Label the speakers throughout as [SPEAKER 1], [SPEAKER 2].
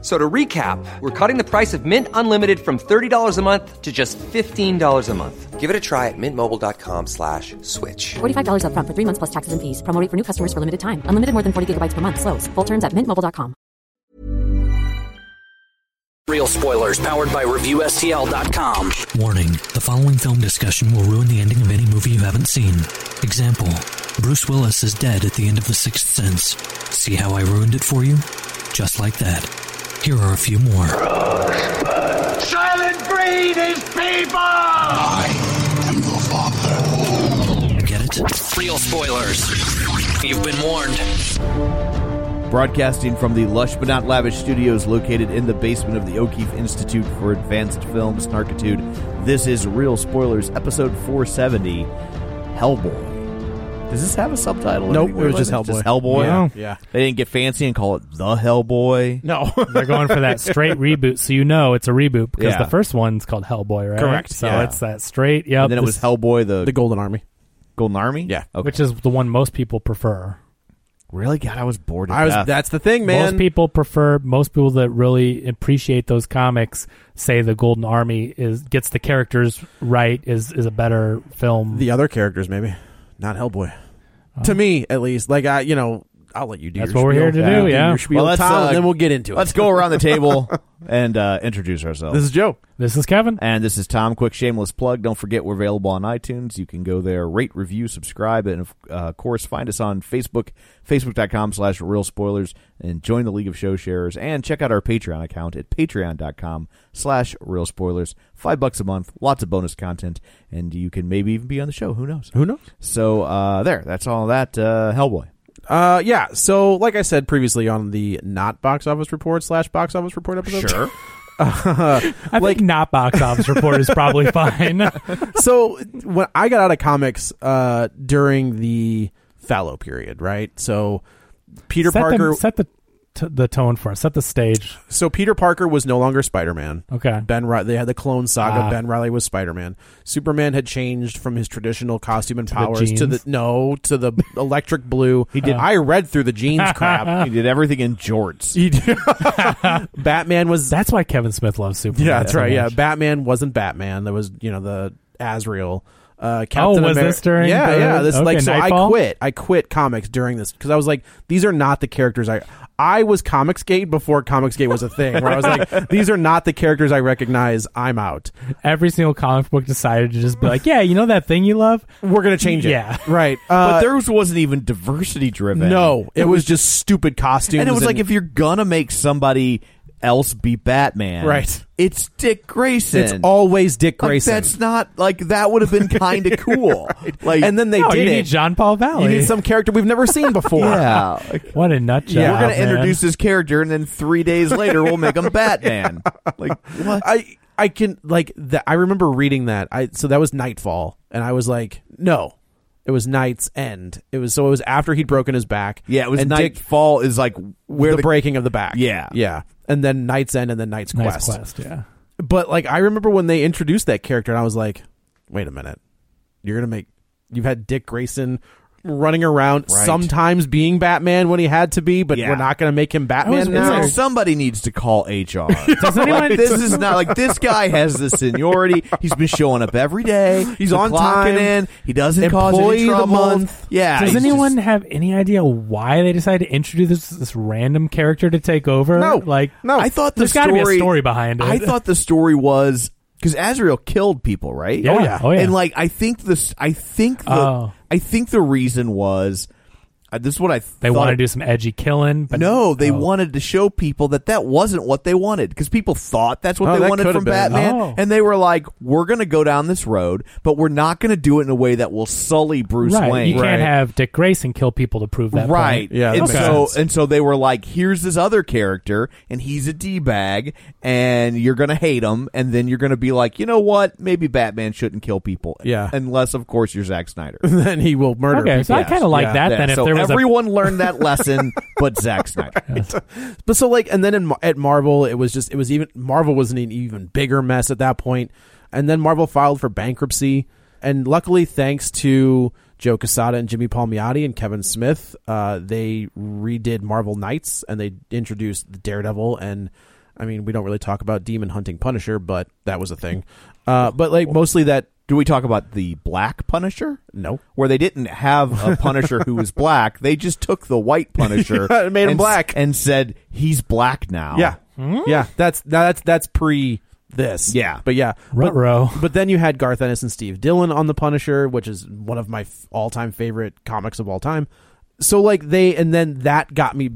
[SPEAKER 1] So to recap, we're cutting the price of Mint Unlimited from $30 a month to just $15 a month. Give it a try at mintmobile.com slash switch.
[SPEAKER 2] $45 upfront for three months plus taxes and fees. Promo rate for new customers for limited time. Unlimited more than 40 gigabytes per month. Slows. Full terms at mintmobile.com.
[SPEAKER 3] Real spoilers powered by ReviewSTL.com.
[SPEAKER 4] Warning the following film discussion will ruin the ending of any movie you haven't seen. Example Bruce Willis is dead at the end of The Sixth Sense. See how I ruined it for you? Just like that. Here are a few more.
[SPEAKER 5] Silent breed is people!
[SPEAKER 4] Get it?
[SPEAKER 3] Real spoilers. You've been warned.
[SPEAKER 6] Broadcasting from the lush but not lavish studios located in the basement of the O'Keefe Institute for Advanced Film Snarkitude, this is Real Spoilers, episode 470 Hellboy. Does this have a subtitle?
[SPEAKER 7] Nope, it was just Hellboy.
[SPEAKER 6] Just Hellboy?
[SPEAKER 7] Yeah. Yeah.
[SPEAKER 6] They didn't get fancy and call it The Hellboy.
[SPEAKER 7] No.
[SPEAKER 8] They're going for that straight reboot, so you know it's a reboot because
[SPEAKER 6] Yeah.
[SPEAKER 8] the first one's called Hellboy, right?
[SPEAKER 7] Correct,
[SPEAKER 8] So
[SPEAKER 6] yeah.
[SPEAKER 8] it's that straight. Yep.
[SPEAKER 6] and then it was
[SPEAKER 8] this-
[SPEAKER 6] Hellboy the,
[SPEAKER 7] the Golden Army.
[SPEAKER 6] Golden Army?
[SPEAKER 7] Yeah.
[SPEAKER 6] Okay.
[SPEAKER 8] which is the one most people prefer.
[SPEAKER 6] really? God, I was bored to
[SPEAKER 7] I was.
[SPEAKER 6] death.
[SPEAKER 7] That's the thing, man.
[SPEAKER 8] Most people prefer. Most people that really appreciate those comics say the Golden Army is gets the characters right. Is is a better film.
[SPEAKER 7] the other characters, maybe not Hellboy. to me, at least. Like I, you know, I'll let you do.
[SPEAKER 8] That's
[SPEAKER 7] your
[SPEAKER 8] what we're
[SPEAKER 7] spiel.
[SPEAKER 8] here to do,
[SPEAKER 7] You
[SPEAKER 8] yeah.
[SPEAKER 7] your spiel,
[SPEAKER 6] Well, let's,
[SPEAKER 7] Tom,
[SPEAKER 6] uh,
[SPEAKER 7] and then we'll get into it.
[SPEAKER 6] Let's go around the table and uh, introduce ourselves.
[SPEAKER 7] This is Joe.
[SPEAKER 8] this is Kevin.
[SPEAKER 6] And this is Tom. Quick shameless plug. Don't forget we're available on iTunes. You can go there, rate, review, subscribe, and of uh, course find us on Facebook, facebook.com slash real spoilers, and join the League of Show Sharers. And check out our Patreon account at patreon.com slash real spoilers. Five bucks a month, lots of bonus content, and you can maybe even be on the show. Who knows?
[SPEAKER 7] Who knows?
[SPEAKER 6] So uh, there, that's all that. Uh, Hellboy.
[SPEAKER 7] Uh, yeah. So, like I said previously on the not box office report slash box office report episode.
[SPEAKER 6] Sure.
[SPEAKER 8] I think not box office report is probably fine.
[SPEAKER 7] so when I got out of comics uh, during the fallow period, right? So Peter
[SPEAKER 8] set
[SPEAKER 7] Parker.
[SPEAKER 8] the, set the t- the tone for us. Set the stage.
[SPEAKER 7] so Peter Parker was no longer Spider Man.
[SPEAKER 8] Okay.
[SPEAKER 7] Ben Ri- they had the clone saga.
[SPEAKER 8] Ah.
[SPEAKER 7] Ben Riley was Spider Man. Superman had changed from his traditional costume and powers to the
[SPEAKER 8] jeans?
[SPEAKER 7] no to the electric blue. He did. I read through the jeans crap.
[SPEAKER 6] he did everything in jorts.
[SPEAKER 7] He did- Batman was
[SPEAKER 8] That's why Kevin Smith loves Superman.
[SPEAKER 7] yeah, that's
[SPEAKER 8] so
[SPEAKER 7] right. Yeah,
[SPEAKER 8] much.
[SPEAKER 7] Batman wasn't Batman. There was you know the Azrael. Uh, Captain
[SPEAKER 8] Oh, was
[SPEAKER 7] Ameri-
[SPEAKER 8] this during
[SPEAKER 7] Yeah,
[SPEAKER 8] the-
[SPEAKER 7] yeah. This
[SPEAKER 8] okay,
[SPEAKER 7] like so
[SPEAKER 8] Nightfall?
[SPEAKER 7] I quit. I quit comics during this because I was like, these are not the characters I. I was Comicsgate before Comicsgate was a thing. Where I was like, these are not the characters I recognize. I'm out.
[SPEAKER 8] Every single comic book decided to just be like, yeah, you know that thing you love.
[SPEAKER 7] We're gonna change it.
[SPEAKER 8] Yeah.
[SPEAKER 7] right.
[SPEAKER 6] but
[SPEAKER 7] Uh,
[SPEAKER 6] theirs wasn't even diversity driven.
[SPEAKER 7] no, it was just stupid costumes.
[SPEAKER 6] And it was like if you're gonna make somebody else be Batman,
[SPEAKER 7] Right.
[SPEAKER 6] It's Dick Grayson.
[SPEAKER 7] it's always Dick
[SPEAKER 6] Like,
[SPEAKER 7] Grayson.
[SPEAKER 6] that's not like that would have been kind of cool. Like,
[SPEAKER 7] and then they
[SPEAKER 8] No, you
[SPEAKER 7] did it.
[SPEAKER 8] need John Paul Valley.
[SPEAKER 7] you need some character we've never seen before.
[SPEAKER 6] yeah, Like,
[SPEAKER 8] What a nut job!
[SPEAKER 6] we're gonna
[SPEAKER 8] man.
[SPEAKER 6] introduce this character, and then three days later we'll make him Batman. Like what?
[SPEAKER 7] I I can like that. I remember reading that. I so that was Nightfall, and I was like, no, it was Night's End. It was so it was after he'd broken his back.
[SPEAKER 6] yeah, it was
[SPEAKER 7] and Dick,
[SPEAKER 6] Nightfall is like where
[SPEAKER 7] the, breaking of the back.
[SPEAKER 6] Yeah.
[SPEAKER 7] yeah, and then Night's End, and then Night's
[SPEAKER 8] nice
[SPEAKER 7] Quest.
[SPEAKER 8] quest. Yeah.
[SPEAKER 7] But like I remember when they introduced that character, and I was like, wait a minute, you're gonna make you've had Dick Grayson. Running around,
[SPEAKER 6] Right.
[SPEAKER 7] sometimes being Batman when he had to be, but
[SPEAKER 6] Yeah.
[SPEAKER 7] we're not going to make him
[SPEAKER 8] was
[SPEAKER 7] Batman
[SPEAKER 6] It's
[SPEAKER 7] now.
[SPEAKER 6] like somebody needs to call HR. Does
[SPEAKER 8] anyone-
[SPEAKER 6] this is not like this guy has the seniority. He's been showing up every day. He's
[SPEAKER 7] on
[SPEAKER 6] clocking
[SPEAKER 7] time.
[SPEAKER 6] in. He doesn't cause
[SPEAKER 7] Employee
[SPEAKER 6] any
[SPEAKER 7] of the
[SPEAKER 6] trouble.
[SPEAKER 7] month.
[SPEAKER 6] Yeah.
[SPEAKER 8] Does
[SPEAKER 6] he's
[SPEAKER 8] anyone have any idea why they decided to introduce this, this random character to take over?
[SPEAKER 7] No.
[SPEAKER 8] like
[SPEAKER 7] No.
[SPEAKER 6] I thought the
[SPEAKER 8] There's
[SPEAKER 6] story,
[SPEAKER 8] gotta be a story behind it.
[SPEAKER 6] I thought the story was because Azrael killed people, right?
[SPEAKER 8] Yeah. Oh, yeah. Oh, yeah.
[SPEAKER 6] And like, I think this. I think the.
[SPEAKER 8] Oh.
[SPEAKER 6] I think the reason was. Uh, this is what I.
[SPEAKER 8] they
[SPEAKER 6] thought
[SPEAKER 8] want to do some edgy killing, but
[SPEAKER 6] No, they
[SPEAKER 8] oh.
[SPEAKER 6] wanted to show people that that wasn't what they wanted because people thought that's what
[SPEAKER 7] Oh,
[SPEAKER 6] they
[SPEAKER 7] that
[SPEAKER 6] wanted
[SPEAKER 7] could've
[SPEAKER 6] from
[SPEAKER 7] been.
[SPEAKER 6] Batman,
[SPEAKER 8] Oh.
[SPEAKER 6] and they were like, "We're going to go down this road, but we're not going to do it in a way that will sully Bruce
[SPEAKER 8] right.
[SPEAKER 6] Wayne."
[SPEAKER 8] You can't
[SPEAKER 7] Right.
[SPEAKER 8] have Dick Grayson kill people to prove that.
[SPEAKER 6] right.
[SPEAKER 8] point.
[SPEAKER 7] Yeah,
[SPEAKER 6] and
[SPEAKER 7] that makes
[SPEAKER 6] so
[SPEAKER 7] sense.
[SPEAKER 6] and so they were like, "Here's this other character, and he's a d bag, and you're going to hate him, and then you're going to be like, you know what? Maybe Batman shouldn't kill people,
[SPEAKER 7] Yeah.
[SPEAKER 6] unless of course you're Zack Snyder."
[SPEAKER 7] then he will murder.
[SPEAKER 8] Okay, so I
[SPEAKER 7] people.
[SPEAKER 8] kind of like
[SPEAKER 7] Yeah.
[SPEAKER 8] that.
[SPEAKER 6] Yeah,
[SPEAKER 8] Then if
[SPEAKER 6] so
[SPEAKER 8] there there was a-
[SPEAKER 6] Everyone learned that lesson, but Zack Snyder.
[SPEAKER 7] But so like, and then in, Mar- at Marvel, it was just it was even Marvel was an even bigger mess at that point. And then Marvel filed for bankruptcy, and luckily, thanks to Joe Quesada and Jimmy Palmiotti and Kevin Smith, uh, they redid Marvel Knights and they introduced the Daredevil and. I mean, we don't really talk about demon hunting Punisher, but that was a thing. Uh, but like mostly that
[SPEAKER 6] Do we talk about the Black Punisher?
[SPEAKER 7] no,
[SPEAKER 6] Where they didn't have a Punisher who was black, they just took the white Punisher
[SPEAKER 7] Yeah, made him
[SPEAKER 6] and s-
[SPEAKER 7] black.
[SPEAKER 6] and said he's black now.
[SPEAKER 7] yeah, yeah. That's now that's that's pre this.
[SPEAKER 6] Yeah.
[SPEAKER 7] but yeah, but,
[SPEAKER 8] Ruh-roh.
[SPEAKER 7] But then you had Garth Ennis and Steve Dillon on The Punisher, which is one of my f- all-time favorite comics of all time. So like they and then that got me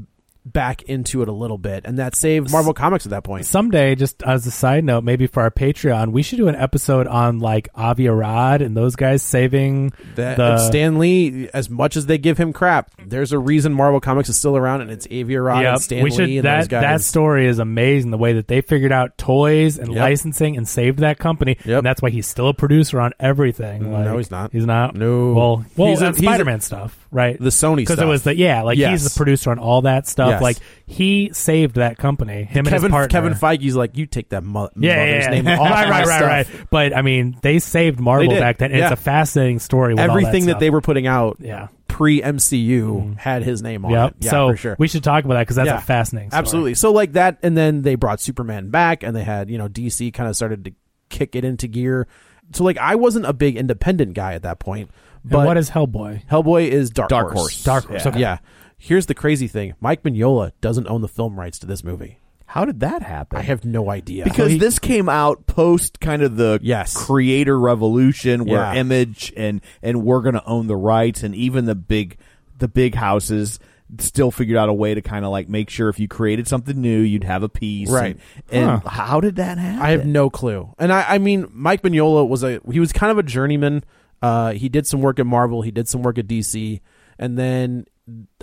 [SPEAKER 7] back into it a little bit and that saved Marvel Comics at that point.
[SPEAKER 8] Someday, just as a side note, maybe for our Patreon, we should do an episode on like Avi Arad and those guys saving
[SPEAKER 7] That
[SPEAKER 8] the
[SPEAKER 7] and Stan Lee as much as they give him crap, there's a reason Marvel Comics is still around and it's Aviarod
[SPEAKER 8] Yep,
[SPEAKER 7] and Stan
[SPEAKER 8] we should,
[SPEAKER 7] Lee and
[SPEAKER 8] that,
[SPEAKER 7] those guys.
[SPEAKER 8] That story is amazing. The way that they figured out toys and
[SPEAKER 7] Yep.
[SPEAKER 8] licensing and saved that company,
[SPEAKER 7] Yep. Mm,
[SPEAKER 8] and that's why he's still a producer on everything.
[SPEAKER 7] No,
[SPEAKER 8] Like,
[SPEAKER 7] he's not.
[SPEAKER 8] He's not.
[SPEAKER 7] No.
[SPEAKER 8] Well, well,
[SPEAKER 7] He's a-
[SPEAKER 8] on
[SPEAKER 7] he's a-
[SPEAKER 8] Spider-Man stuff, right?
[SPEAKER 7] the Sony
[SPEAKER 8] because it
[SPEAKER 7] stuff.
[SPEAKER 8] was the yeah, like he's
[SPEAKER 7] Yes.
[SPEAKER 8] the producer on all that stuff.
[SPEAKER 7] Yes.
[SPEAKER 8] Like he saved that company. Him and his
[SPEAKER 7] Kevin
[SPEAKER 8] partner.
[SPEAKER 7] Kevin Feige's like you take that mo-
[SPEAKER 8] yeah,
[SPEAKER 7] mother's
[SPEAKER 8] yeah,
[SPEAKER 7] name
[SPEAKER 8] yeah.
[SPEAKER 7] off
[SPEAKER 8] right,
[SPEAKER 7] my
[SPEAKER 8] right, right,
[SPEAKER 7] stuff.
[SPEAKER 8] right. But I mean, they saved Marvel
[SPEAKER 7] They did.
[SPEAKER 8] back then. and
[SPEAKER 7] Yeah.
[SPEAKER 8] It's a fascinating story. With all
[SPEAKER 7] Everything that,
[SPEAKER 8] stuff.
[SPEAKER 7] they were putting out
[SPEAKER 8] Yeah. Mm-hmm.
[SPEAKER 7] pre MCU had his name on
[SPEAKER 8] Yep.
[SPEAKER 7] it. Yeah,
[SPEAKER 8] so
[SPEAKER 7] for sure.
[SPEAKER 8] we should talk about that because that's a fascinating. Story.
[SPEAKER 7] Absolutely. So like that, and then they brought Superman back, and they had you know DC kind of started to kick it into gear. So like I wasn't a big independent guy at that point,
[SPEAKER 8] And
[SPEAKER 7] but
[SPEAKER 8] what is Hellboy?
[SPEAKER 7] Hellboy is Dark,
[SPEAKER 6] Dark
[SPEAKER 7] Horse.
[SPEAKER 6] Horse.
[SPEAKER 8] Dark Horse.
[SPEAKER 7] Yeah.
[SPEAKER 8] okay.
[SPEAKER 7] Yeah. Here's the crazy thing: Mike Mignola doesn't own the film rights to this movie.
[SPEAKER 6] How did that happen?
[SPEAKER 7] I have no idea
[SPEAKER 6] because this came out post kind of the
[SPEAKER 7] Yes.
[SPEAKER 6] creator revolution where
[SPEAKER 7] Yeah.
[SPEAKER 6] image and and we're going to own the rights and even the big the big houses still figured out a way to kind of like make sure if you created something new you'd have a piece
[SPEAKER 7] Right.
[SPEAKER 6] and, and how did that happen
[SPEAKER 7] I have no clue. And I, I mean, Mike Mignola was a he was kind of a journeyman. Uh, he did some work at Marvel. He did some work at DC, and then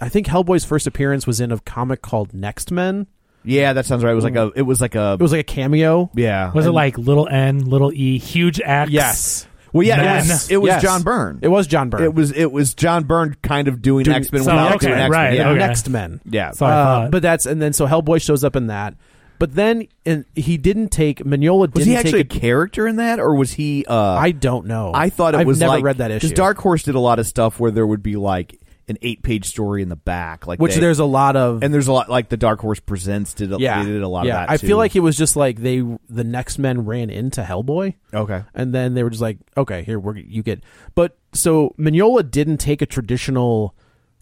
[SPEAKER 7] I think Hellboy's first appearance was in a comic called Next Men.
[SPEAKER 6] yeah that sounds right it was like a it was like a
[SPEAKER 7] It was like a cameo.
[SPEAKER 6] yeah
[SPEAKER 8] Was it like little N, little E, huge X?
[SPEAKER 7] Yes.
[SPEAKER 6] well yeah it
[SPEAKER 8] Yes.
[SPEAKER 6] was, it was
[SPEAKER 7] Yes.
[SPEAKER 6] John Byrne
[SPEAKER 7] It was John Byrne.
[SPEAKER 6] it was it was John Byrne kind of doing
[SPEAKER 7] Doing-
[SPEAKER 6] X Men
[SPEAKER 8] so,
[SPEAKER 6] without
[SPEAKER 8] okay,
[SPEAKER 6] doing X Men
[SPEAKER 8] right,
[SPEAKER 6] yeah.
[SPEAKER 8] okay.
[SPEAKER 7] Next Men.
[SPEAKER 6] yeah
[SPEAKER 8] So I
[SPEAKER 7] Uh,
[SPEAKER 8] thought-
[SPEAKER 7] but that's and then so Hellboy shows up in that. But then and he didn't take Mignola.
[SPEAKER 6] was
[SPEAKER 7] didn't
[SPEAKER 6] he actually a
[SPEAKER 7] Take
[SPEAKER 6] character in that or was he uh
[SPEAKER 7] I I don't know.
[SPEAKER 6] I thought it
[SPEAKER 7] I've
[SPEAKER 6] was
[SPEAKER 7] never
[SPEAKER 6] like,
[SPEAKER 7] read that issue.
[SPEAKER 6] Because Dark Horse did a lot of stuff where there would be like an eight-page story in the back, like
[SPEAKER 7] which
[SPEAKER 6] they-
[SPEAKER 7] there's a lot of
[SPEAKER 6] and there's a lot like the Dark Horse presents did a,
[SPEAKER 7] yeah,
[SPEAKER 6] they did a lot
[SPEAKER 7] yeah.
[SPEAKER 6] of that.
[SPEAKER 7] I
[SPEAKER 6] too.
[SPEAKER 7] feel like it was just like they the Next Men ran into Hellboy.
[SPEAKER 6] okay,
[SPEAKER 7] and then they were just like, okay, here we're you get. But so Mignola didn't take a traditional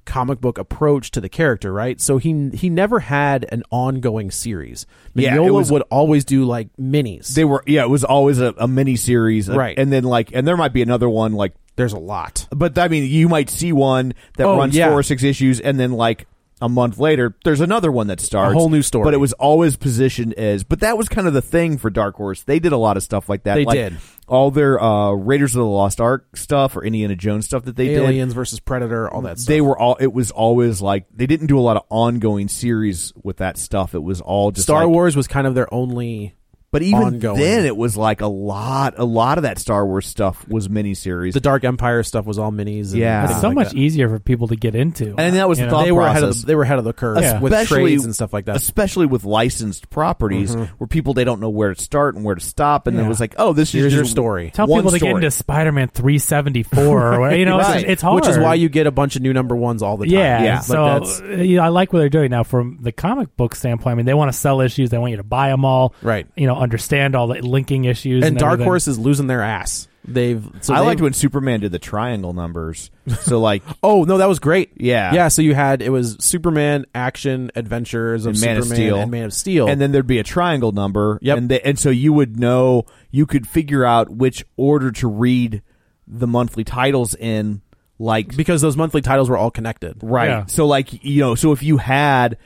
[SPEAKER 7] comic book approach to the character, right? So he he never had an ongoing series.
[SPEAKER 6] Yeah,
[SPEAKER 7] Mignola
[SPEAKER 6] it was-
[SPEAKER 7] would always do like minis.
[SPEAKER 6] they were yeah. It was always a, a mini series, Uh,
[SPEAKER 7] Right.
[SPEAKER 6] And then like and there might be another one like,
[SPEAKER 7] There's a lot.
[SPEAKER 6] but I mean you might see one that
[SPEAKER 7] Oh,
[SPEAKER 6] runs
[SPEAKER 7] yeah.
[SPEAKER 6] four or six issues, and then like. A month later, there's another one that starts
[SPEAKER 7] A whole new story.
[SPEAKER 6] but it was always positioned as. But that was kind of the thing for Dark Horse. They did a lot of stuff like that.
[SPEAKER 7] They
[SPEAKER 6] Like,
[SPEAKER 7] did.
[SPEAKER 6] all their uh, Raiders of the Lost Ark stuff or Indiana Jones stuff that they did.
[SPEAKER 7] Aliens versus Predator, all that stuff.
[SPEAKER 6] They were all. It was always like they didn't do a lot of ongoing series with that stuff. It was all just
[SPEAKER 7] Star
[SPEAKER 6] like-
[SPEAKER 7] Wars was kind of their only.
[SPEAKER 6] But even
[SPEAKER 7] ongoing.
[SPEAKER 6] then, it was like a lot. A lot of that Star Wars stuff was miniseries.
[SPEAKER 7] The Dark Empire stuff was all minis. And
[SPEAKER 6] Yeah.
[SPEAKER 8] it's
[SPEAKER 7] things
[SPEAKER 8] so
[SPEAKER 7] like
[SPEAKER 8] much
[SPEAKER 7] that.
[SPEAKER 8] easier for people to get into.
[SPEAKER 6] and that was the
[SPEAKER 8] You know,
[SPEAKER 6] thought
[SPEAKER 7] They were ahead of
[SPEAKER 6] process.
[SPEAKER 7] the, they were ahead of the curve
[SPEAKER 8] Yeah.
[SPEAKER 7] with
[SPEAKER 6] Especially-
[SPEAKER 7] trades and stuff like that.
[SPEAKER 6] especially with licensed properties
[SPEAKER 7] Mm-hmm.
[SPEAKER 6] where people they don't know where to start and where to stop. And then it was like, oh, this
[SPEAKER 7] Here's
[SPEAKER 6] is
[SPEAKER 7] your
[SPEAKER 6] just
[SPEAKER 7] story.
[SPEAKER 8] Tell
[SPEAKER 6] one
[SPEAKER 8] people to get
[SPEAKER 6] story.
[SPEAKER 8] into Spider Man 374 or whatever. You know,
[SPEAKER 6] Right.
[SPEAKER 8] it's, it's hard.
[SPEAKER 7] Which is why you get a bunch of new number ones all the time.
[SPEAKER 8] Yeah,
[SPEAKER 6] Yeah.
[SPEAKER 8] so
[SPEAKER 7] Like that's-
[SPEAKER 8] uh, you know, I like what they're doing now from the comic book standpoint. I mean, they want to sell issues, they want you to buy them all,
[SPEAKER 7] Right.
[SPEAKER 8] You know, understand all the linking issues, and,
[SPEAKER 7] and Dark
[SPEAKER 8] everything.
[SPEAKER 7] Horse is losing their ass. They've so
[SPEAKER 6] I
[SPEAKER 7] they've-
[SPEAKER 6] liked when Superman did the triangle numbers. So like,
[SPEAKER 7] Oh no, that was great.
[SPEAKER 6] Yeah.
[SPEAKER 7] yeah. So you had it was Superman action adventures of
[SPEAKER 6] And Man
[SPEAKER 7] Superman
[SPEAKER 6] of Steel.
[SPEAKER 7] and Man of Steel,
[SPEAKER 6] and then there'd be a triangle number.
[SPEAKER 7] Oh. Yep.
[SPEAKER 6] And, they, and so you would know, you could figure out which order to read the monthly titles in, like,
[SPEAKER 7] because those monthly titles were all connected.
[SPEAKER 6] right.
[SPEAKER 8] Yeah.
[SPEAKER 6] So, like, you know, so if you had,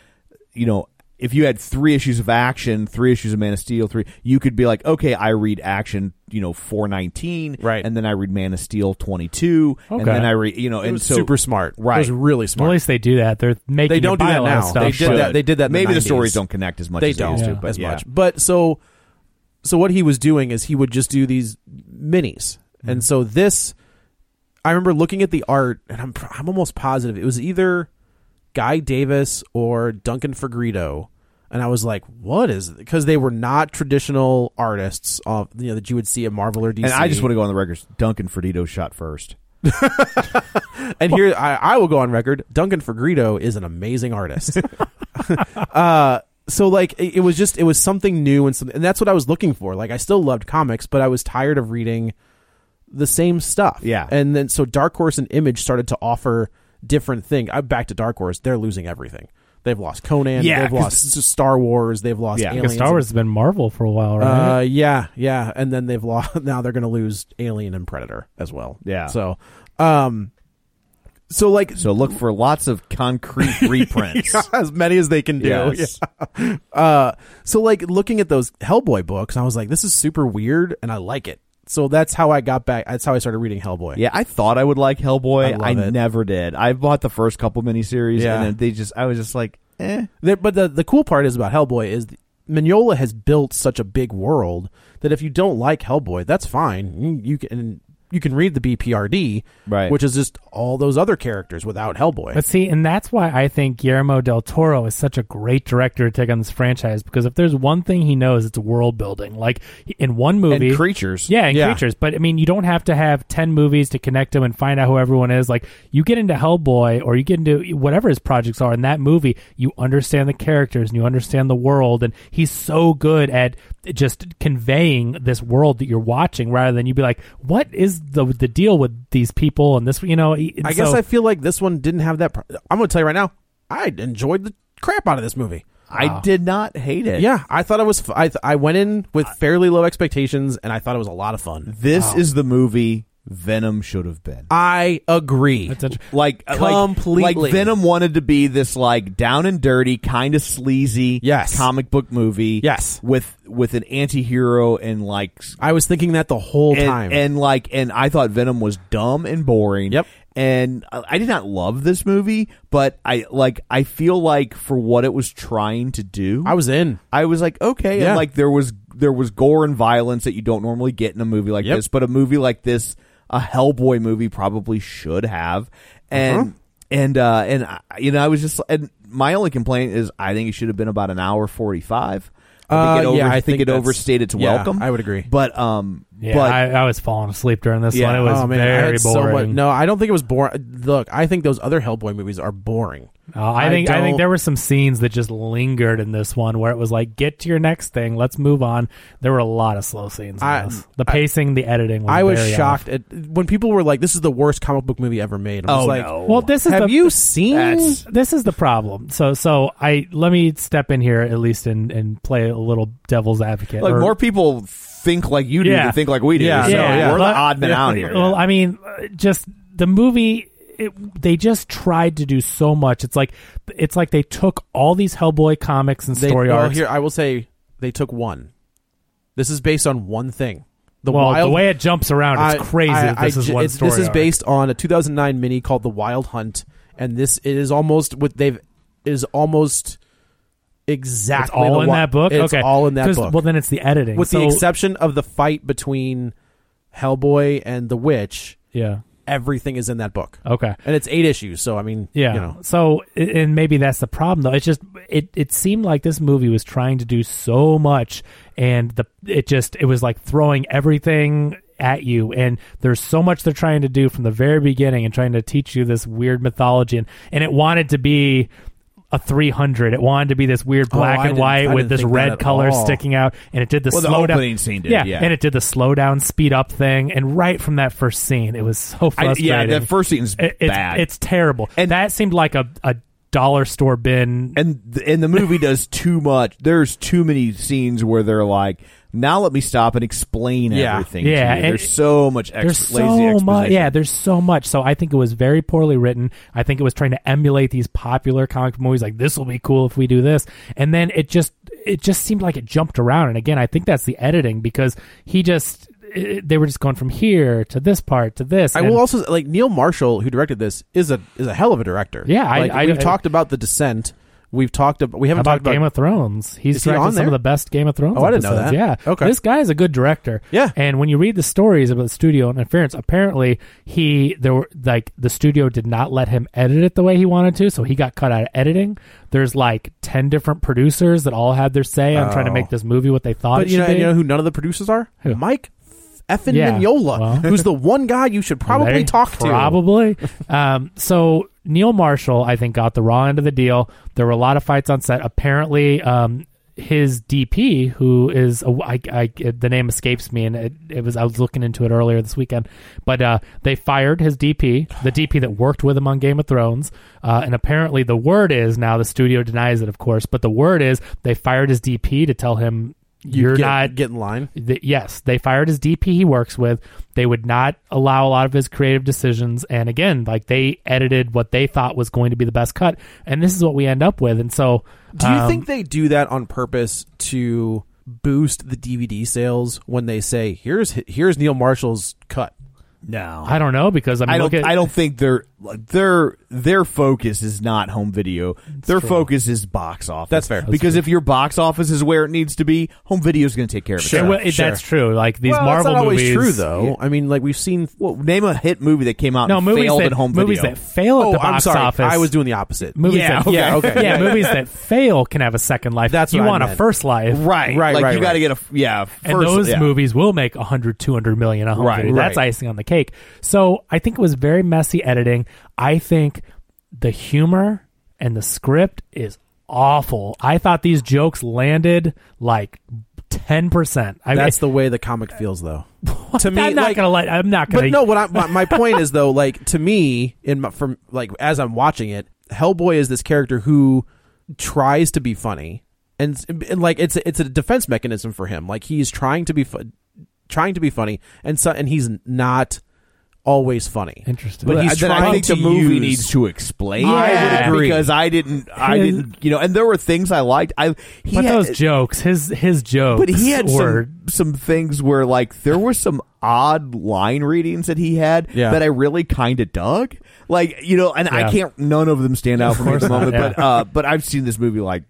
[SPEAKER 6] you know, if you had three issues of action, three issues of Man of Steel, three, you could be like, okay, I read action, you know, 419.
[SPEAKER 7] Right.
[SPEAKER 6] And then I read Man of Steel 22. And
[SPEAKER 8] Okay.
[SPEAKER 6] then I read, you know,
[SPEAKER 7] It
[SPEAKER 6] and
[SPEAKER 7] was
[SPEAKER 6] so.
[SPEAKER 7] super smart.
[SPEAKER 6] Right.
[SPEAKER 7] it was really
[SPEAKER 8] Well,
[SPEAKER 7] smart.
[SPEAKER 8] at least they do that. They're making
[SPEAKER 7] They
[SPEAKER 8] you
[SPEAKER 7] don't do
[SPEAKER 8] buy
[SPEAKER 7] that
[SPEAKER 8] a lot of
[SPEAKER 7] now.
[SPEAKER 8] Stuff,
[SPEAKER 7] They
[SPEAKER 6] should.
[SPEAKER 7] did that- they did that in the
[SPEAKER 6] Maybe the,
[SPEAKER 7] 90s.
[SPEAKER 6] stories don't connect as much.
[SPEAKER 7] they
[SPEAKER 6] as
[SPEAKER 7] don't
[SPEAKER 6] used to,
[SPEAKER 8] Yeah.
[SPEAKER 6] but
[SPEAKER 7] as
[SPEAKER 6] yeah.
[SPEAKER 7] much. But so, Mm. so what he was doing is he would just do these minis, and so this. I remember looking at the art, and I'm pr- I'm almost positive it was either Guy Davis or Duncan Fergrito, and I was like, "What is?" Because they were not traditional artists of you know that you would see at Marvel or DC.
[SPEAKER 6] And I just want to go on the records. Duncan Ferdido shot first.
[SPEAKER 7] And here I, I will go on record: Duncan Fergrito is an amazing artist. uh, so like it, it was just it was something new and something, and that's what I was looking for. Like I still loved comics, but I was tired of reading the same stuff.
[SPEAKER 6] Yeah.
[SPEAKER 7] and then so Dark Horse and Image started to offer different thing. I'm back to Dark Horse; they're losing everything. They've lost Conan.
[SPEAKER 6] Yeah,
[SPEAKER 7] they've
[SPEAKER 6] 'cause-
[SPEAKER 7] lost s- Star Wars. They've lost
[SPEAKER 6] Yeah, 'cause
[SPEAKER 7] Aliens.
[SPEAKER 8] Star Wars has been Marvel for a while, right?
[SPEAKER 7] Uh, yeah, yeah, and then they've lost. Now they're going to lose Alien and Predator as well.
[SPEAKER 6] Yeah.
[SPEAKER 7] So, um, so like
[SPEAKER 6] So look for lots of concrete reprints.
[SPEAKER 7] as many as they can do.
[SPEAKER 6] Yes.
[SPEAKER 7] Yeah. Uh, so like looking at those Hellboy books, I was like, this is super weird, and I like it. So that's how I got back. That's how I started reading Hellboy.
[SPEAKER 6] Yeah, I thought I would like Hellboy.
[SPEAKER 7] I
[SPEAKER 6] I,
[SPEAKER 7] love it.
[SPEAKER 6] never did. I bought the first couple miniseries,
[SPEAKER 7] Yeah.
[SPEAKER 6] and then they just I was just like, eh.
[SPEAKER 7] There- but the the cool part is about Hellboy is th- Mignola has built such a big world that if you don't like Hellboy, that's fine. You, you can you can read the BPRD,
[SPEAKER 6] Right.
[SPEAKER 7] Which is just all those other characters without Hellboy.
[SPEAKER 8] But see, and that's why I think Guillermo del Toro is such a great director to take on this franchise because if there's one thing he knows, it's world building. Like in one movie,
[SPEAKER 6] And creatures.
[SPEAKER 8] yeah, and
[SPEAKER 7] Yeah.
[SPEAKER 8] creatures. But I mean, you don't have to have ten movies to connect them and find out who everyone is. Like you get into Hellboy or you get into whatever his projects are in that movie, you understand the characters and you understand the world. And he's so good at just conveying this world that you're watching, rather than you be like, "What is the the deal with these people?" And this, you know, he- and
[SPEAKER 7] I guess
[SPEAKER 8] so-
[SPEAKER 7] I feel like this one didn't have that. Pro- I'm going to tell you right now, I enjoyed the crap out of this movie.
[SPEAKER 6] I did not hate it.
[SPEAKER 7] Ah. Yeah, I thought it was. F- I th- I went in with fairly low expectations, and I thought it was a lot of fun.
[SPEAKER 6] this is the movie Venom should have been.
[SPEAKER 7] I agree.
[SPEAKER 8] That's interesting.
[SPEAKER 6] Like like-
[SPEAKER 7] Completely.
[SPEAKER 6] like, Venom wanted to be this like down and dirty, kind of sleazy,
[SPEAKER 7] Yes.
[SPEAKER 6] comic book movie,
[SPEAKER 7] Yes.
[SPEAKER 6] with with an anti-hero and like s-
[SPEAKER 7] I was thinking that the whole
[SPEAKER 6] and,
[SPEAKER 7] time.
[SPEAKER 6] and like and I thought Venom was dumb and boring.
[SPEAKER 7] Yep.
[SPEAKER 6] And I I did not love this movie, but I like I feel like for what it was trying to do,
[SPEAKER 7] I was in.
[SPEAKER 6] I was like, okay,
[SPEAKER 7] Yeah.
[SPEAKER 6] and like there was there was gore and violence that you don't normally get in a movie like
[SPEAKER 7] Yep.
[SPEAKER 6] this, but a movie like this, a Hellboy movie probably should
[SPEAKER 7] Uh-huh.
[SPEAKER 6] have, and and uh, and I, you know I was just and my only complaint is I think it should have been about an hour forty five.
[SPEAKER 7] Uh,
[SPEAKER 6] it over-
[SPEAKER 7] yeah, I think
[SPEAKER 6] think, it
[SPEAKER 7] that's-
[SPEAKER 6] overstayed its
[SPEAKER 7] yeah,
[SPEAKER 6] welcome.
[SPEAKER 7] I would agree.
[SPEAKER 6] but um,
[SPEAKER 8] Yeah,
[SPEAKER 6] but
[SPEAKER 8] I, I was falling asleep during this
[SPEAKER 6] Yeah.
[SPEAKER 8] one. It was
[SPEAKER 7] oh man, I
[SPEAKER 8] very
[SPEAKER 7] had so
[SPEAKER 8] boring.
[SPEAKER 7] much- no, I don't think it was boring. Look, I think those other Hellboy movies are boring.
[SPEAKER 8] Uh, I
[SPEAKER 7] I
[SPEAKER 8] think I,
[SPEAKER 7] don't-
[SPEAKER 8] think there were some scenes that just lingered in this one where it was like, get to your next thing, let's move on. There were a lot of slow scenes. In
[SPEAKER 7] I-
[SPEAKER 8] this. The pacing, the editing. Was
[SPEAKER 7] I was
[SPEAKER 8] very
[SPEAKER 7] shocked at when people were like, "This is the worst comic book movie ever made." I was
[SPEAKER 6] Oh,
[SPEAKER 7] like,
[SPEAKER 6] no.
[SPEAKER 8] off. Well, this is
[SPEAKER 7] "Have
[SPEAKER 8] the,
[SPEAKER 7] you seen?"
[SPEAKER 6] That's-
[SPEAKER 8] This is the problem. So so I let me step in here at least and and play a little devil's advocate.
[SPEAKER 6] like
[SPEAKER 8] or-
[SPEAKER 6] more people think like you do
[SPEAKER 8] Yeah.
[SPEAKER 6] than think like we do.
[SPEAKER 7] Yeah,
[SPEAKER 6] so
[SPEAKER 7] yeah.
[SPEAKER 6] we're
[SPEAKER 8] But-
[SPEAKER 6] the odd man out here.
[SPEAKER 8] Well, I mean, uh, just the movie. It, they just tried to do so much. It's like it's like they took all these Hellboy comics and
[SPEAKER 7] They-
[SPEAKER 8] story
[SPEAKER 7] well,
[SPEAKER 8] arcs.
[SPEAKER 7] Here, I will say they took one. This is based on one thing. The
[SPEAKER 8] well,
[SPEAKER 7] wild,
[SPEAKER 8] the way it jumps around, it's
[SPEAKER 7] I-
[SPEAKER 8] crazy.
[SPEAKER 7] I-
[SPEAKER 8] that this
[SPEAKER 7] I
[SPEAKER 8] is
[SPEAKER 7] ju-
[SPEAKER 8] one
[SPEAKER 7] it's-
[SPEAKER 8] story.
[SPEAKER 7] This is
[SPEAKER 8] arc.
[SPEAKER 7] based on a 2009 mini called The Wild Hunt, and this it is almost what they've it is almost exactly
[SPEAKER 8] It's all
[SPEAKER 7] the
[SPEAKER 8] in
[SPEAKER 7] wi-
[SPEAKER 8] that book.
[SPEAKER 7] It's
[SPEAKER 8] okay,
[SPEAKER 7] all in that
[SPEAKER 8] 'Cause-
[SPEAKER 7] book.
[SPEAKER 8] Well, then it's the editing.
[SPEAKER 7] with the
[SPEAKER 8] So-
[SPEAKER 7] exception of the fight between Hellboy and the witch,
[SPEAKER 8] yeah.
[SPEAKER 7] everything is in that book,
[SPEAKER 8] Okay.
[SPEAKER 7] and it's eight issues. So I mean,
[SPEAKER 8] Yeah.
[SPEAKER 7] you know,
[SPEAKER 8] So, a- and maybe that's the problem though. It's just it. It seemed like this movie was trying to do so much, and the it just it was like throwing everything at you and there's so much they're trying to do from the very beginning and trying to teach you this weird mythology and, and it wanted to be a 300 it wanted to be this weird
[SPEAKER 7] Oh,
[SPEAKER 8] black
[SPEAKER 7] I
[SPEAKER 8] and
[SPEAKER 7] didn't-
[SPEAKER 8] white
[SPEAKER 7] I
[SPEAKER 8] with
[SPEAKER 7] didn't
[SPEAKER 8] this
[SPEAKER 7] think that
[SPEAKER 8] red
[SPEAKER 7] at
[SPEAKER 8] color
[SPEAKER 7] all.
[SPEAKER 8] sticking out and it did the
[SPEAKER 6] Well, the
[SPEAKER 8] slow down
[SPEAKER 6] opening scene did, yeah.
[SPEAKER 8] and it did the slow down speed up thing and right from that first scene it was so
[SPEAKER 6] I,
[SPEAKER 8] frustrating
[SPEAKER 6] yeah, that first scene's
[SPEAKER 8] it- it's,
[SPEAKER 6] bad.
[SPEAKER 8] It's terrible.
[SPEAKER 6] And-
[SPEAKER 8] And that seemed like a, a dollar store bin.
[SPEAKER 6] and th- and the movie does too much. There's too many scenes where they're like, "Now let me stop and explain
[SPEAKER 7] Yeah.
[SPEAKER 6] everything."
[SPEAKER 8] Yeah,
[SPEAKER 6] to you.
[SPEAKER 8] and-
[SPEAKER 6] there's so much ex-
[SPEAKER 8] there's
[SPEAKER 6] lazy
[SPEAKER 8] so much.
[SPEAKER 6] exposition.
[SPEAKER 8] Yeah, there's so much. So I think it was very poorly written. I think it was trying to emulate these popular comic movies. Like this will be cool if we do this, and then it just it just seemed like it jumped around. And again, I think that's the editing because he just it, they were just going from here to this part to this.
[SPEAKER 7] I
[SPEAKER 8] and-
[SPEAKER 7] will also like Neil Marshall, who directed this, is a is a hell of a director.
[SPEAKER 8] Yeah, I-
[SPEAKER 7] like,
[SPEAKER 8] I-
[SPEAKER 7] we've
[SPEAKER 8] I-
[SPEAKER 7] talked about the Descent, We've talked about we
[SPEAKER 8] How
[SPEAKER 7] haven't
[SPEAKER 8] about
[SPEAKER 7] talked about
[SPEAKER 8] Game of Thrones? He's
[SPEAKER 7] Is he
[SPEAKER 8] directed
[SPEAKER 7] on
[SPEAKER 8] some
[SPEAKER 7] there?
[SPEAKER 8] of the best Game of Thrones.
[SPEAKER 7] Oh, I didn't know
[SPEAKER 8] episodes.
[SPEAKER 7] that.
[SPEAKER 8] Yeah.
[SPEAKER 7] Okay.
[SPEAKER 8] This guy is a good director.
[SPEAKER 7] Yeah.
[SPEAKER 8] And when you read the stories about the studio interference, apparently he there were like the studio did not let him edit it the way he wanted to, so he got cut out of editing. There's like ten different producers that all had their say on trying to make this movie what they thought.
[SPEAKER 7] Oh. But
[SPEAKER 8] it
[SPEAKER 7] you know,
[SPEAKER 8] should
[SPEAKER 7] and you
[SPEAKER 8] be.
[SPEAKER 7] know who none of the producers are? Mike effing
[SPEAKER 8] Yeah,
[SPEAKER 7] Mignola,
[SPEAKER 8] well.
[SPEAKER 7] who's the one guy you should probably
[SPEAKER 8] They-
[SPEAKER 7] talk to.
[SPEAKER 8] Probably. um, so Neil Marshall, I think, got the raw end of the deal. There were a lot of fights on set. Apparently, um, his DP, who is a, I, I, the name escapes me, and it, it was I was looking into it earlier this weekend, but uh, they fired his DP, the DP that worked with him on Game of Thrones, uh, and apparently the word is now the studio denies it, of course, but the word is they fired his DP to tell him.
[SPEAKER 7] You
[SPEAKER 8] You're
[SPEAKER 7] get,
[SPEAKER 8] not
[SPEAKER 7] get in line.
[SPEAKER 8] th- yes, they fired his DP he works with. They would not allow a lot of his creative decisions. And again, like they edited what they thought was going to be the best cut. And this is what we end up with. And so,
[SPEAKER 7] Do you
[SPEAKER 8] um,
[SPEAKER 7] think they do that on purpose to boost the DVD sales when they say here's here's Neil Marshall's cut?
[SPEAKER 6] No,
[SPEAKER 8] I don't know because I mean,
[SPEAKER 6] I
[SPEAKER 8] look
[SPEAKER 6] don't.
[SPEAKER 8] at,
[SPEAKER 6] I don't think their like, their their focus is not home video. their focus is box office.
[SPEAKER 7] That's fair.
[SPEAKER 6] Because if your box office is where it needs to be, home video is going to take care of
[SPEAKER 8] It
[SPEAKER 6] itself.
[SPEAKER 8] wa- it- That's true. Like these
[SPEAKER 6] Well, that's
[SPEAKER 8] Marvel
[SPEAKER 6] not
[SPEAKER 8] movies.
[SPEAKER 6] always true though.
[SPEAKER 7] I mean, like we've seen.
[SPEAKER 6] Well, name a hit movie that came out
[SPEAKER 8] No,
[SPEAKER 6] and
[SPEAKER 8] movies
[SPEAKER 6] failed
[SPEAKER 8] that,
[SPEAKER 6] at home
[SPEAKER 8] movies
[SPEAKER 6] video.
[SPEAKER 8] that fail at
[SPEAKER 7] oh,
[SPEAKER 8] the
[SPEAKER 7] I'm
[SPEAKER 8] box
[SPEAKER 7] sorry.
[SPEAKER 8] office.
[SPEAKER 7] I was doing the opposite.
[SPEAKER 8] movies
[SPEAKER 6] Yeah,
[SPEAKER 8] that,
[SPEAKER 6] okay.
[SPEAKER 8] yeah,
[SPEAKER 6] okay.
[SPEAKER 8] yeah, movies that fail can have a second life.
[SPEAKER 7] That's
[SPEAKER 8] you
[SPEAKER 7] what I
[SPEAKER 8] want a
[SPEAKER 7] meant.
[SPEAKER 8] first life,
[SPEAKER 6] Right,
[SPEAKER 7] Right,
[SPEAKER 6] Like
[SPEAKER 7] right,
[SPEAKER 6] you
[SPEAKER 7] right.
[SPEAKER 6] got to get a yeah. First,
[SPEAKER 8] and those
[SPEAKER 6] yeah.
[SPEAKER 8] movies will make 100 200 million a home
[SPEAKER 6] Right,
[SPEAKER 8] video. that's
[SPEAKER 6] right.
[SPEAKER 8] icing on the cake so i think it was very messy editing i think the humor and the script is awful i thought these jokes landed like 10% I,
[SPEAKER 7] That's the way the comic feels, though. to me,
[SPEAKER 8] i'm not
[SPEAKER 7] like-
[SPEAKER 8] gonna let i'm not gonna
[SPEAKER 7] But no, what I, my, my point is though, like to me, in my, from like as I'm watching it, Hellboy is this character who tries to be funny, and, s- and like it's a- it's a defense mechanism for him. Like he's trying to be fu- trying to be funny, and so and he's not always funny.
[SPEAKER 8] Interesting.
[SPEAKER 7] but he's
[SPEAKER 6] Then
[SPEAKER 7] trying
[SPEAKER 6] I think
[SPEAKER 7] to
[SPEAKER 6] the movie
[SPEAKER 7] use-
[SPEAKER 6] needs to explain.
[SPEAKER 8] I
[SPEAKER 7] would agree.
[SPEAKER 6] because I didn't. I
[SPEAKER 8] His-
[SPEAKER 6] didn't. You know, and there were things I liked. I he
[SPEAKER 8] but
[SPEAKER 6] had,
[SPEAKER 8] those jokes his his jokes
[SPEAKER 6] but he had
[SPEAKER 8] were
[SPEAKER 6] some, some things where like there were some odd line readings that he had
[SPEAKER 7] Yeah.
[SPEAKER 6] that I really kind of dug. Like you know, and
[SPEAKER 8] Yeah.
[SPEAKER 6] I can't. None of them stand out for me at the moment.
[SPEAKER 8] not,
[SPEAKER 6] But uh, but I've seen this movie like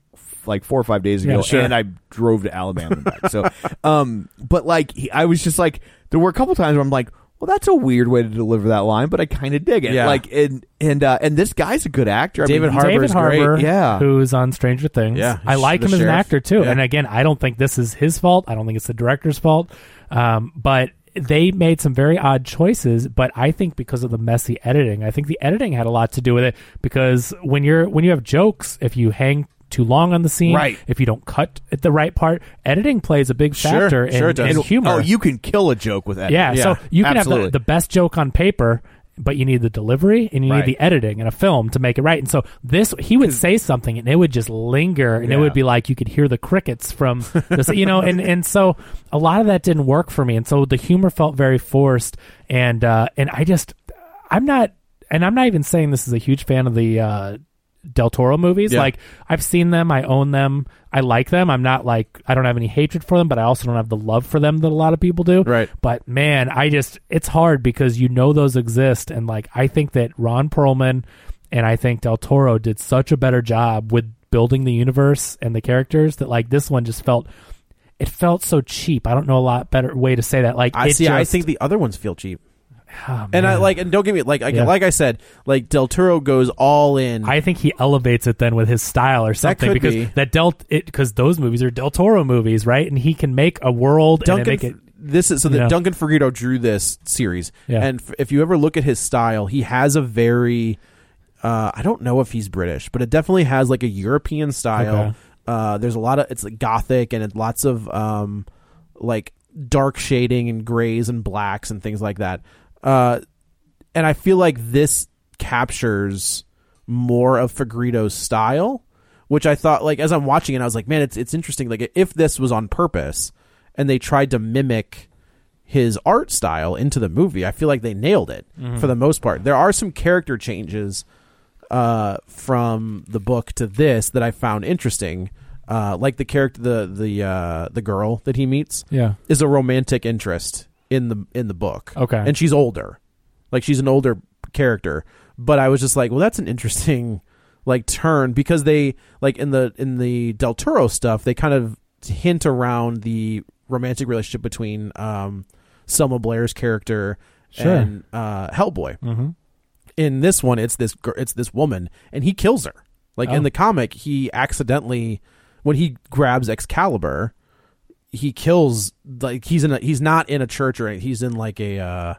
[SPEAKER 6] like four or five days ago,
[SPEAKER 8] Yeah, sure.
[SPEAKER 6] and I drove to Alabama and back. So, um, but like he, I was just like there were a couple times where I'm like. Well, that's a weird way to deliver that line, but I kind of dig it.
[SPEAKER 7] Yeah.
[SPEAKER 6] Like, and and uh, and this guy's a good actor. I
[SPEAKER 7] David
[SPEAKER 6] mean,
[SPEAKER 7] Harbour's
[SPEAKER 8] David Harbour,
[SPEAKER 6] great, yeah.
[SPEAKER 8] who's on Stranger Things.
[SPEAKER 7] Yeah,
[SPEAKER 8] I
[SPEAKER 7] he's
[SPEAKER 8] like
[SPEAKER 7] the
[SPEAKER 8] him as an
[SPEAKER 7] sheriff.
[SPEAKER 8] actor too.
[SPEAKER 7] Yeah.
[SPEAKER 8] And again, I don't think this is his fault. I don't think it's the director's fault. Um, but they made some very odd choices. But I think because of the messy editing, I think the editing had a lot to do with it. Because when you're when you have jokes, if you hang too long on the scene,
[SPEAKER 6] Right.
[SPEAKER 8] if you don't cut at the right part, editing plays a big
[SPEAKER 7] Sure,
[SPEAKER 8] factor in,
[SPEAKER 7] sure it does.
[SPEAKER 8] in
[SPEAKER 7] And-
[SPEAKER 8] humor.
[SPEAKER 6] Oh, you can kill a joke with that.
[SPEAKER 8] Yeah, so you can
[SPEAKER 6] absolutely.
[SPEAKER 8] have the, the best joke on paper, but you need the delivery and you
[SPEAKER 6] Right.
[SPEAKER 8] need the editing in a film to make it right. And so this, he would say something and it would just linger, and it would be like you could hear the crickets from this, you know. And and so a lot of that didn't work for me, and so the humor felt very forced, and uh, and I just, I'm not, and I'm not even saying this is a huge fan of the. Uh, Del Toro movies.
[SPEAKER 7] Yeah.
[SPEAKER 8] Like I've seen them, I own them, I like them. I'm not like I don't have any hatred for them, but I also don't have the love for them that a lot of people do.
[SPEAKER 7] Right.
[SPEAKER 8] But man, I just it's hard because you know those exist and like I think that Ron Perlman and I think Del Toro did such a better job with building the universe and the characters that like this one just felt it felt so cheap. I don't know a lot better way to say that. Like
[SPEAKER 7] I
[SPEAKER 8] it
[SPEAKER 7] see. I
[SPEAKER 8] just-
[SPEAKER 7] think the other ones feel cheap,
[SPEAKER 8] oh,
[SPEAKER 7] and I
[SPEAKER 8] man.
[SPEAKER 7] like and don't get me like I,
[SPEAKER 8] Yeah.
[SPEAKER 7] like I said, like Del Turo goes all in.
[SPEAKER 8] I think he elevates it then with his style or something
[SPEAKER 7] could
[SPEAKER 8] because
[SPEAKER 7] be.
[SPEAKER 8] that Del it because those movies are Del Toro movies, right? And he can make a world and
[SPEAKER 7] Duncan.
[SPEAKER 8] make it
[SPEAKER 7] this is so
[SPEAKER 8] you
[SPEAKER 7] that
[SPEAKER 8] know.
[SPEAKER 7] Duncan Ferrito drew this series,
[SPEAKER 8] Yeah.
[SPEAKER 7] and f- if you ever look at his style, he has a very, uh, I don't know if he's British, but it definitely has like a European style.
[SPEAKER 8] Okay.
[SPEAKER 7] Uh, there's a lot of it's like gothic and it, lots of um, like dark shading and grays and blacks and things like that. Uh, and I feel like this captures more of Fagrito's style, which I thought like as I'm watching it, I was like, man, it's it's interesting. Like if this was on purpose and they tried to mimic his art style into the movie, I feel like they nailed it for the most part. There are some character changes uh, from the book to this that I found interesting. Uh, like the character, the the uh, the girl that he meets,
[SPEAKER 8] Yeah.
[SPEAKER 7] is a romantic interest in the in the book.
[SPEAKER 8] Okay.
[SPEAKER 7] and she's older, like she's an older character. But I was just like, well, that's an interesting like turn because they like in the in the Del Toro stuff they kind of hint around the romantic relationship between um, Selma Blair's character
[SPEAKER 8] Sure.
[SPEAKER 7] and uh, Hellboy. Mm-hmm. In this one, it's this gir- it's this woman, and he kills her. Like
[SPEAKER 8] Oh.
[SPEAKER 7] in the comic, he accidentally when he grabs Excalibur, he kills like he's in a he's not in a church or anything. he's in like a uh,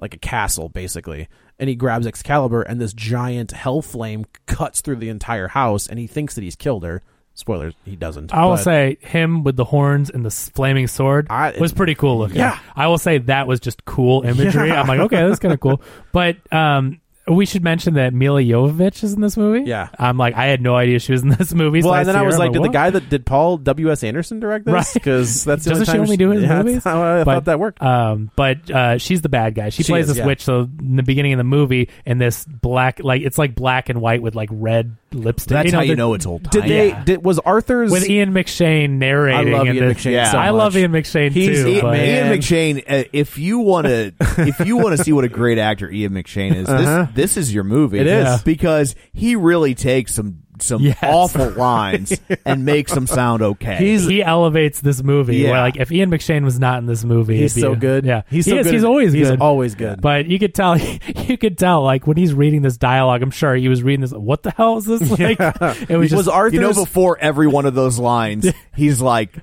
[SPEAKER 7] like a castle basically and he grabs excalibur and this giant hell flame cuts through the entire house and he thinks that he's killed her spoilers he doesn't
[SPEAKER 8] I will
[SPEAKER 7] but-
[SPEAKER 8] say him with the horns and the s- flaming sword
[SPEAKER 7] I-
[SPEAKER 8] was pretty cool looking.
[SPEAKER 7] Yeah.
[SPEAKER 8] I will say that was just cool imagery. I'm like, okay, that's kind of cool. But um, we should mention that Mila Jovovich is in this movie.
[SPEAKER 7] Yeah.
[SPEAKER 8] I'm like, I had no idea she was in this movie. so
[SPEAKER 7] well and then
[SPEAKER 8] see
[SPEAKER 7] i
[SPEAKER 8] her,
[SPEAKER 7] was
[SPEAKER 8] I'm
[SPEAKER 7] like did the
[SPEAKER 8] what?
[SPEAKER 7] guy that did paul w.s anderson direct
[SPEAKER 8] Right.
[SPEAKER 7] this because that's the
[SPEAKER 8] doesn't she
[SPEAKER 7] time
[SPEAKER 8] only do it in
[SPEAKER 7] yeah,
[SPEAKER 8] movies?
[SPEAKER 7] that's how i
[SPEAKER 8] But,
[SPEAKER 7] thought that worked
[SPEAKER 8] Um, but uh, she's the bad guy. She,
[SPEAKER 7] She
[SPEAKER 8] plays
[SPEAKER 7] is,
[SPEAKER 8] this
[SPEAKER 7] yeah.
[SPEAKER 8] witch. So in the beginning of the movie, in this black, like it's like black and white with like red lipstick.
[SPEAKER 6] That's how you
[SPEAKER 8] the-
[SPEAKER 6] know it's old.
[SPEAKER 7] did
[SPEAKER 6] time.
[SPEAKER 7] they
[SPEAKER 8] yeah.
[SPEAKER 7] did was arthur's
[SPEAKER 8] with Ian McShane narrating.
[SPEAKER 7] I love
[SPEAKER 8] and
[SPEAKER 7] Ian
[SPEAKER 8] this-
[SPEAKER 7] McShane
[SPEAKER 6] Yeah. so
[SPEAKER 8] I love
[SPEAKER 7] much.
[SPEAKER 8] Ian McShane
[SPEAKER 7] He's
[SPEAKER 8] too.
[SPEAKER 7] Ian-
[SPEAKER 8] but-
[SPEAKER 7] Man.
[SPEAKER 6] Ian McShane. Uh, if you want to, if you want to see what a great actor Ian McShane is, this this is your movie.
[SPEAKER 7] It is.
[SPEAKER 6] because he really takes some some
[SPEAKER 8] Yes.
[SPEAKER 6] awful lines and makes them sound okay.
[SPEAKER 7] He's-
[SPEAKER 8] he elevates this movie.
[SPEAKER 6] Yeah.
[SPEAKER 8] Where like if Ian McShane was not in this movie,
[SPEAKER 7] he's
[SPEAKER 8] it'd be-
[SPEAKER 7] so good
[SPEAKER 8] Yeah,
[SPEAKER 7] he's
[SPEAKER 8] He
[SPEAKER 7] so
[SPEAKER 8] is,
[SPEAKER 7] good
[SPEAKER 8] He's
[SPEAKER 7] at-
[SPEAKER 8] always
[SPEAKER 7] he's
[SPEAKER 8] good.
[SPEAKER 7] always good
[SPEAKER 8] But you could tell, you could tell, like when he's reading this dialogue, I'm sure he was reading this. What the hell is this? Like, it was
[SPEAKER 7] was
[SPEAKER 8] just
[SPEAKER 7] arthur's
[SPEAKER 6] you know before every one of those lines, he's like,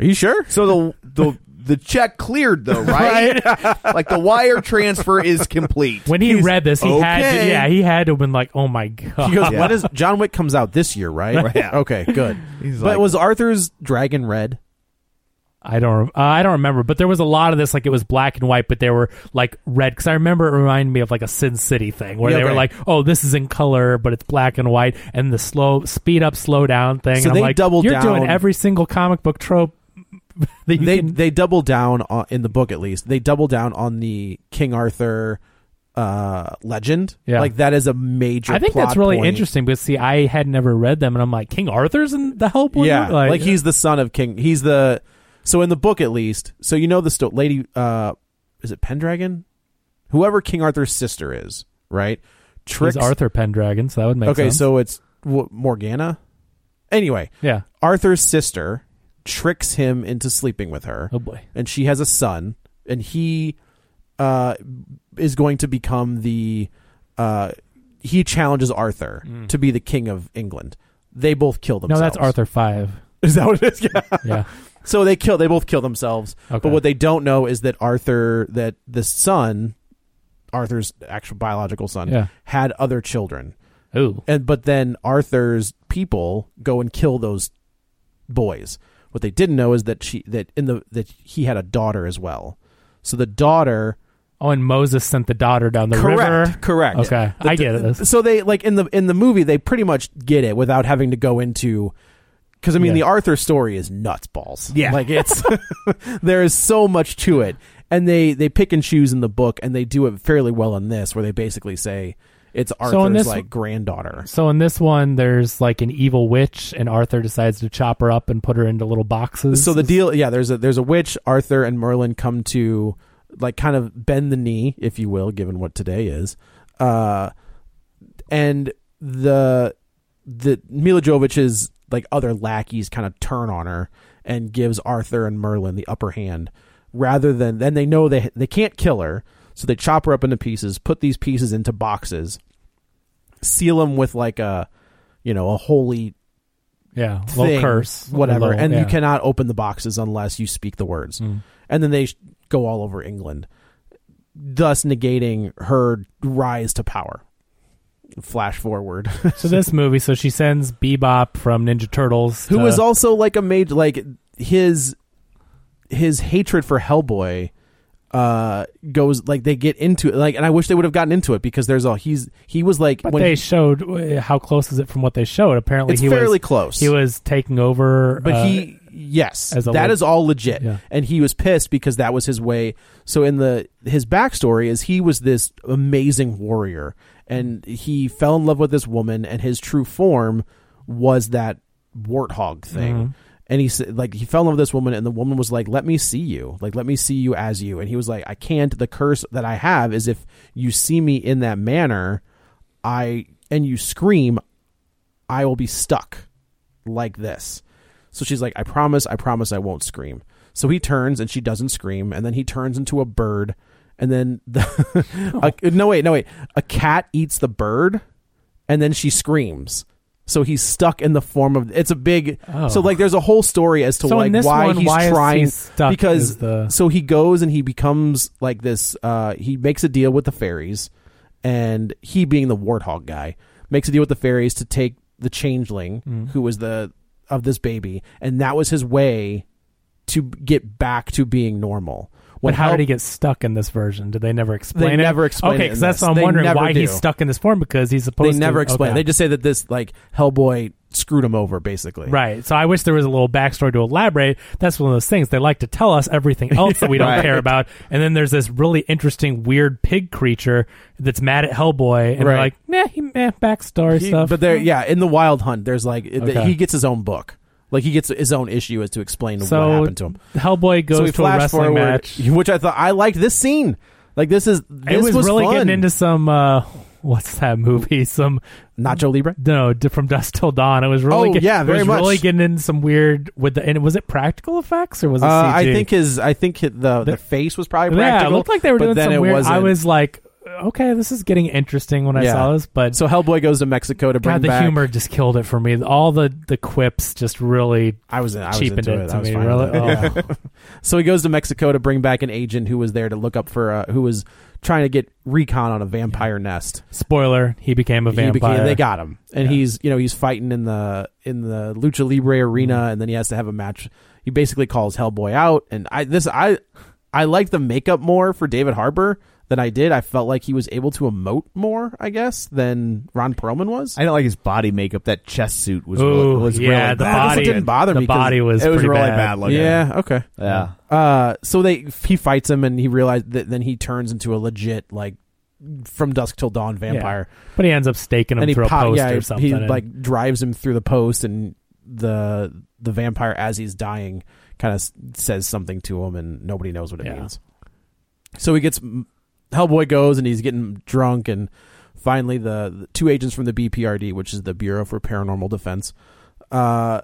[SPEAKER 7] are you sure
[SPEAKER 6] so the the the check cleared though, right? like the wire transfer is complete.
[SPEAKER 8] when he
[SPEAKER 6] He's,
[SPEAKER 8] read this, he had to,
[SPEAKER 6] "Okay."
[SPEAKER 8] yeah, he had to have been like, oh my god.
[SPEAKER 7] He goes,
[SPEAKER 6] Yeah.
[SPEAKER 7] "When is John Wick comes out this year, right?
[SPEAKER 6] Right.
[SPEAKER 7] Okay, good. but
[SPEAKER 6] like-
[SPEAKER 7] was Arthur's dragon red?
[SPEAKER 8] I don't, uh, I don't remember, but there was a lot of this. Like it was black and white, but there were like red. Because I remember it reminded me of like a Sin City thing where
[SPEAKER 7] Yeah,
[SPEAKER 8] they were
[SPEAKER 7] okay.
[SPEAKER 8] like, "Oh, this is in color, but it's black and white," and the slow speed up, slow down thing.
[SPEAKER 7] So
[SPEAKER 8] and
[SPEAKER 7] they
[SPEAKER 8] I'm like,
[SPEAKER 7] doubled
[SPEAKER 8] You're doing
[SPEAKER 7] down-
[SPEAKER 8] every single comic book trope. That you
[SPEAKER 7] They
[SPEAKER 8] can-
[SPEAKER 7] they double down on, in the book at least. They double down on the King Arthur uh legend.
[SPEAKER 8] Yeah.
[SPEAKER 7] Like that is a major
[SPEAKER 8] I think
[SPEAKER 7] plot
[SPEAKER 8] that's really
[SPEAKER 7] point.
[SPEAKER 8] interesting because see, I had never read them, and I'm like, King Arthur's in the Hellboy.
[SPEAKER 7] Yeah.
[SPEAKER 8] movie? like,
[SPEAKER 7] Like, he's the son of King. He's the So in the book at least. So you know the sto- lady uh is it Pendragon? Whoever King Arthur's sister is, right?
[SPEAKER 8] he's
[SPEAKER 7] Tricks
[SPEAKER 8] Arthur Pendragon, so that would make
[SPEAKER 7] Okay,
[SPEAKER 8] sense.
[SPEAKER 7] so it's w- Morgana. Anyway,
[SPEAKER 8] yeah,
[SPEAKER 7] Arthur's sister tricks him into sleeping with her,
[SPEAKER 8] oh boy,
[SPEAKER 7] and she has a son, and he uh, is going to become the. Uh, he challenges Arthur to be the king of England. They both kill
[SPEAKER 8] Mm. no,
[SPEAKER 7] themselves.
[SPEAKER 8] that's Arthur Five.
[SPEAKER 7] Is that what it is? Yeah.
[SPEAKER 8] Yeah,
[SPEAKER 7] So they kill. They both kill themselves.
[SPEAKER 8] Okay.
[SPEAKER 7] But what they don't know is that Arthur, that the son, Arthur's actual biological son,
[SPEAKER 8] Yeah.
[SPEAKER 7] had other children
[SPEAKER 8] ooh,
[SPEAKER 7] and but then Arthur's people go and kill those boys. What they didn't know is that she that in the that he had a daughter as well. So the daughter
[SPEAKER 8] oh, and Moses sent the daughter down the river.
[SPEAKER 7] correct.
[SPEAKER 8] Okay,
[SPEAKER 7] The-
[SPEAKER 8] I get it.
[SPEAKER 7] So they like in the in the movie they pretty much get it without having to go into because I mean
[SPEAKER 8] Yeah.
[SPEAKER 7] the Arthur story is nuts balls.
[SPEAKER 6] Yeah.
[SPEAKER 7] like it's there is so much to it, and they they pick and choose in the book, and they do it fairly well in this, where they basically say it's Arthur's
[SPEAKER 8] in this-
[SPEAKER 7] like granddaughter.
[SPEAKER 8] So in this one, there's like an evil witch, and Arthur decides to chop her up and put her into little boxes.
[SPEAKER 7] so the deal yeah there's a there's a witch arthur and merlin come to like kind of bend the knee if you will given what today is uh and the the mila jovovich's like other lackeys kind of turn on her and gives arthur and merlin the upper hand rather than then they know they they can't kill her so they chop her up into pieces put these pieces into boxes seal them with like a you know a holy
[SPEAKER 8] yeah, little
[SPEAKER 7] thing,
[SPEAKER 8] curse,
[SPEAKER 7] whatever,
[SPEAKER 8] Little-
[SPEAKER 7] and
[SPEAKER 8] yeah. Mm.
[SPEAKER 7] you cannot open the boxes unless you speak the words. And then they sh- go all over England, thus negating her rise to power. Flash forward,
[SPEAKER 8] So this movie, so she sends Bebop from Ninja Turtles,
[SPEAKER 7] who
[SPEAKER 8] to-
[SPEAKER 7] was also like a major, like his his hatred for Hellboy uh goes like they get into it like and i wish they would have gotten into it because there's all he's he was like
[SPEAKER 8] But they showed uh, how close is it from what they showed? Apparently,
[SPEAKER 7] It's
[SPEAKER 8] he was,
[SPEAKER 7] fairly close.
[SPEAKER 8] He was taking over,
[SPEAKER 7] but
[SPEAKER 8] uh,
[SPEAKER 7] he yes that
[SPEAKER 8] as
[SPEAKER 7] is
[SPEAKER 8] a leg-
[SPEAKER 7] all legit
[SPEAKER 8] Yeah.
[SPEAKER 7] and he was pissed because that was his way so in the his backstory is he was this amazing warrior and he fell in love with this woman and his true form was that warthog thing
[SPEAKER 8] Mm-hmm.
[SPEAKER 7] and he said like he fell in love with this woman and the woman was like let me see you like let me see you as you and he was like i can't the curse that i have is if you see me in that manner I and you scream, I will be stuck like this. So she's like, I promise, I promise I won't scream. So he turns and she doesn't scream. And then he turns into a bird. And then, the, a- no, wait, no, wait. A cat eats the bird and then she screams. So he's stuck in the form of it's a big so like there's a whole story as to
[SPEAKER 8] Oh. So in
[SPEAKER 7] like
[SPEAKER 8] this
[SPEAKER 7] why
[SPEAKER 8] one,
[SPEAKER 7] he's
[SPEAKER 8] why is he
[SPEAKER 7] trying
[SPEAKER 8] stuck
[SPEAKER 7] because
[SPEAKER 8] is the-
[SPEAKER 7] so he goes and he becomes like this uh he makes a deal with the fairies and he being the warthog guy makes a deal with the fairies to take the changeling
[SPEAKER 8] Mm.
[SPEAKER 7] who was the of this baby and that was his way to get back to being normal. What
[SPEAKER 8] But how did he get stuck in this version? Did they never explain it?
[SPEAKER 7] never explain it
[SPEAKER 8] Okay,
[SPEAKER 7] in
[SPEAKER 8] because that's
[SPEAKER 7] this.
[SPEAKER 8] what I'm
[SPEAKER 7] They
[SPEAKER 8] wondering
[SPEAKER 7] never
[SPEAKER 8] why
[SPEAKER 7] do.
[SPEAKER 8] he's stuck in this form because he's supposed.
[SPEAKER 7] they never
[SPEAKER 8] to,
[SPEAKER 7] explain.
[SPEAKER 8] okay.
[SPEAKER 7] They just say that this like Hellboy screwed him over basically.
[SPEAKER 8] Right. So I wish there was a little backstory to elaborate. That's one of those things. They like to tell us everything else that we don't
[SPEAKER 6] Right.
[SPEAKER 8] care about. And then there's this really interesting, weird pig creature that's mad at Hellboy. And they're like,
[SPEAKER 7] Right.
[SPEAKER 8] meh, he, meh, backstory
[SPEAKER 7] He-
[SPEAKER 8] stuff.
[SPEAKER 7] But there, yeah, in the Wild Hunt, there's like it-
[SPEAKER 8] Okay.
[SPEAKER 7] he gets his own book. Like he gets his own issue as to explain what
[SPEAKER 8] so
[SPEAKER 7] happened to him.
[SPEAKER 8] Hellboy goes
[SPEAKER 7] so we
[SPEAKER 8] to a
[SPEAKER 7] flash
[SPEAKER 8] wrestling
[SPEAKER 7] forward,
[SPEAKER 8] match.
[SPEAKER 7] which I thought I liked this scene. Like this is this
[SPEAKER 8] it was, really
[SPEAKER 7] fun.
[SPEAKER 8] getting into some, uh, what's that movie? Some
[SPEAKER 7] Nacho Libre.
[SPEAKER 8] No, d- from dusk till dawn. It was really
[SPEAKER 7] Oh,
[SPEAKER 8] get-
[SPEAKER 7] yeah,
[SPEAKER 8] it
[SPEAKER 7] very
[SPEAKER 8] was
[SPEAKER 7] much.
[SPEAKER 8] really getting in some weird with the and was it practical effects or was it
[SPEAKER 7] Uh,
[SPEAKER 8] CG?
[SPEAKER 7] I think his I think hi- the, the face was probably
[SPEAKER 8] yeah, it
[SPEAKER 7] practical.
[SPEAKER 8] looked like they were
[SPEAKER 7] but
[SPEAKER 8] doing
[SPEAKER 7] then
[SPEAKER 8] some
[SPEAKER 7] it
[SPEAKER 8] weird.
[SPEAKER 7] Wasn't.
[SPEAKER 8] I was like, okay, this is getting interesting when I
[SPEAKER 7] Yeah.
[SPEAKER 8] saw this, but
[SPEAKER 7] so Hellboy goes to Mexico to bring
[SPEAKER 8] God, the
[SPEAKER 7] back.
[SPEAKER 8] humor just killed it for me. All the the quips just really
[SPEAKER 7] I was, I was
[SPEAKER 8] cheapened
[SPEAKER 7] into
[SPEAKER 8] it
[SPEAKER 7] it.
[SPEAKER 8] to
[SPEAKER 7] I was
[SPEAKER 8] me.
[SPEAKER 7] fine
[SPEAKER 8] Really,
[SPEAKER 7] with it.
[SPEAKER 8] oh.
[SPEAKER 7] So he goes to Mexico to bring back an agent who was there to look up for uh, who was trying to get recon on a vampire nest.
[SPEAKER 8] Spoiler: He became a
[SPEAKER 7] He
[SPEAKER 8] vampire.
[SPEAKER 7] became, they got him, and he's you know he's fighting in the in the lucha libre arena,
[SPEAKER 8] Mm-hmm.
[SPEAKER 7] and then he has to have a match. He basically calls Hellboy out, and I this I I like the makeup more for David Harbour than I did. I felt like he was able to emote more, I guess, than Ron Perlman was.
[SPEAKER 6] I don't like his body makeup. That chest suit was
[SPEAKER 8] Ooh,
[SPEAKER 6] really, was
[SPEAKER 8] yeah,
[SPEAKER 6] really
[SPEAKER 8] the
[SPEAKER 6] bad.
[SPEAKER 8] body
[SPEAKER 7] It didn't bother
[SPEAKER 8] the
[SPEAKER 7] me 'cause
[SPEAKER 8] body was
[SPEAKER 6] it was
[SPEAKER 8] pretty
[SPEAKER 6] really
[SPEAKER 8] bad.
[SPEAKER 6] bad looking.
[SPEAKER 7] Yeah, okay.
[SPEAKER 6] Yeah.
[SPEAKER 7] Uh, so they he fights him, and he realized that then he turns into a legit like from dusk till dawn
[SPEAKER 8] Yeah.
[SPEAKER 7] vampire.
[SPEAKER 8] But he ends up staking him
[SPEAKER 7] and he
[SPEAKER 8] through a
[SPEAKER 7] pop-
[SPEAKER 8] post
[SPEAKER 7] yeah,
[SPEAKER 8] or
[SPEAKER 7] he-
[SPEAKER 8] something.
[SPEAKER 7] He
[SPEAKER 8] and-
[SPEAKER 7] like drives him through the post, and the the vampire as he's dying kind of says something to him, and nobody knows what it
[SPEAKER 8] Yeah.
[SPEAKER 7] means. So he gets Hellboy goes, and he's getting drunk, and finally the, the two agents from the BPRD, which is the Bureau for Paranormal Defense, uh,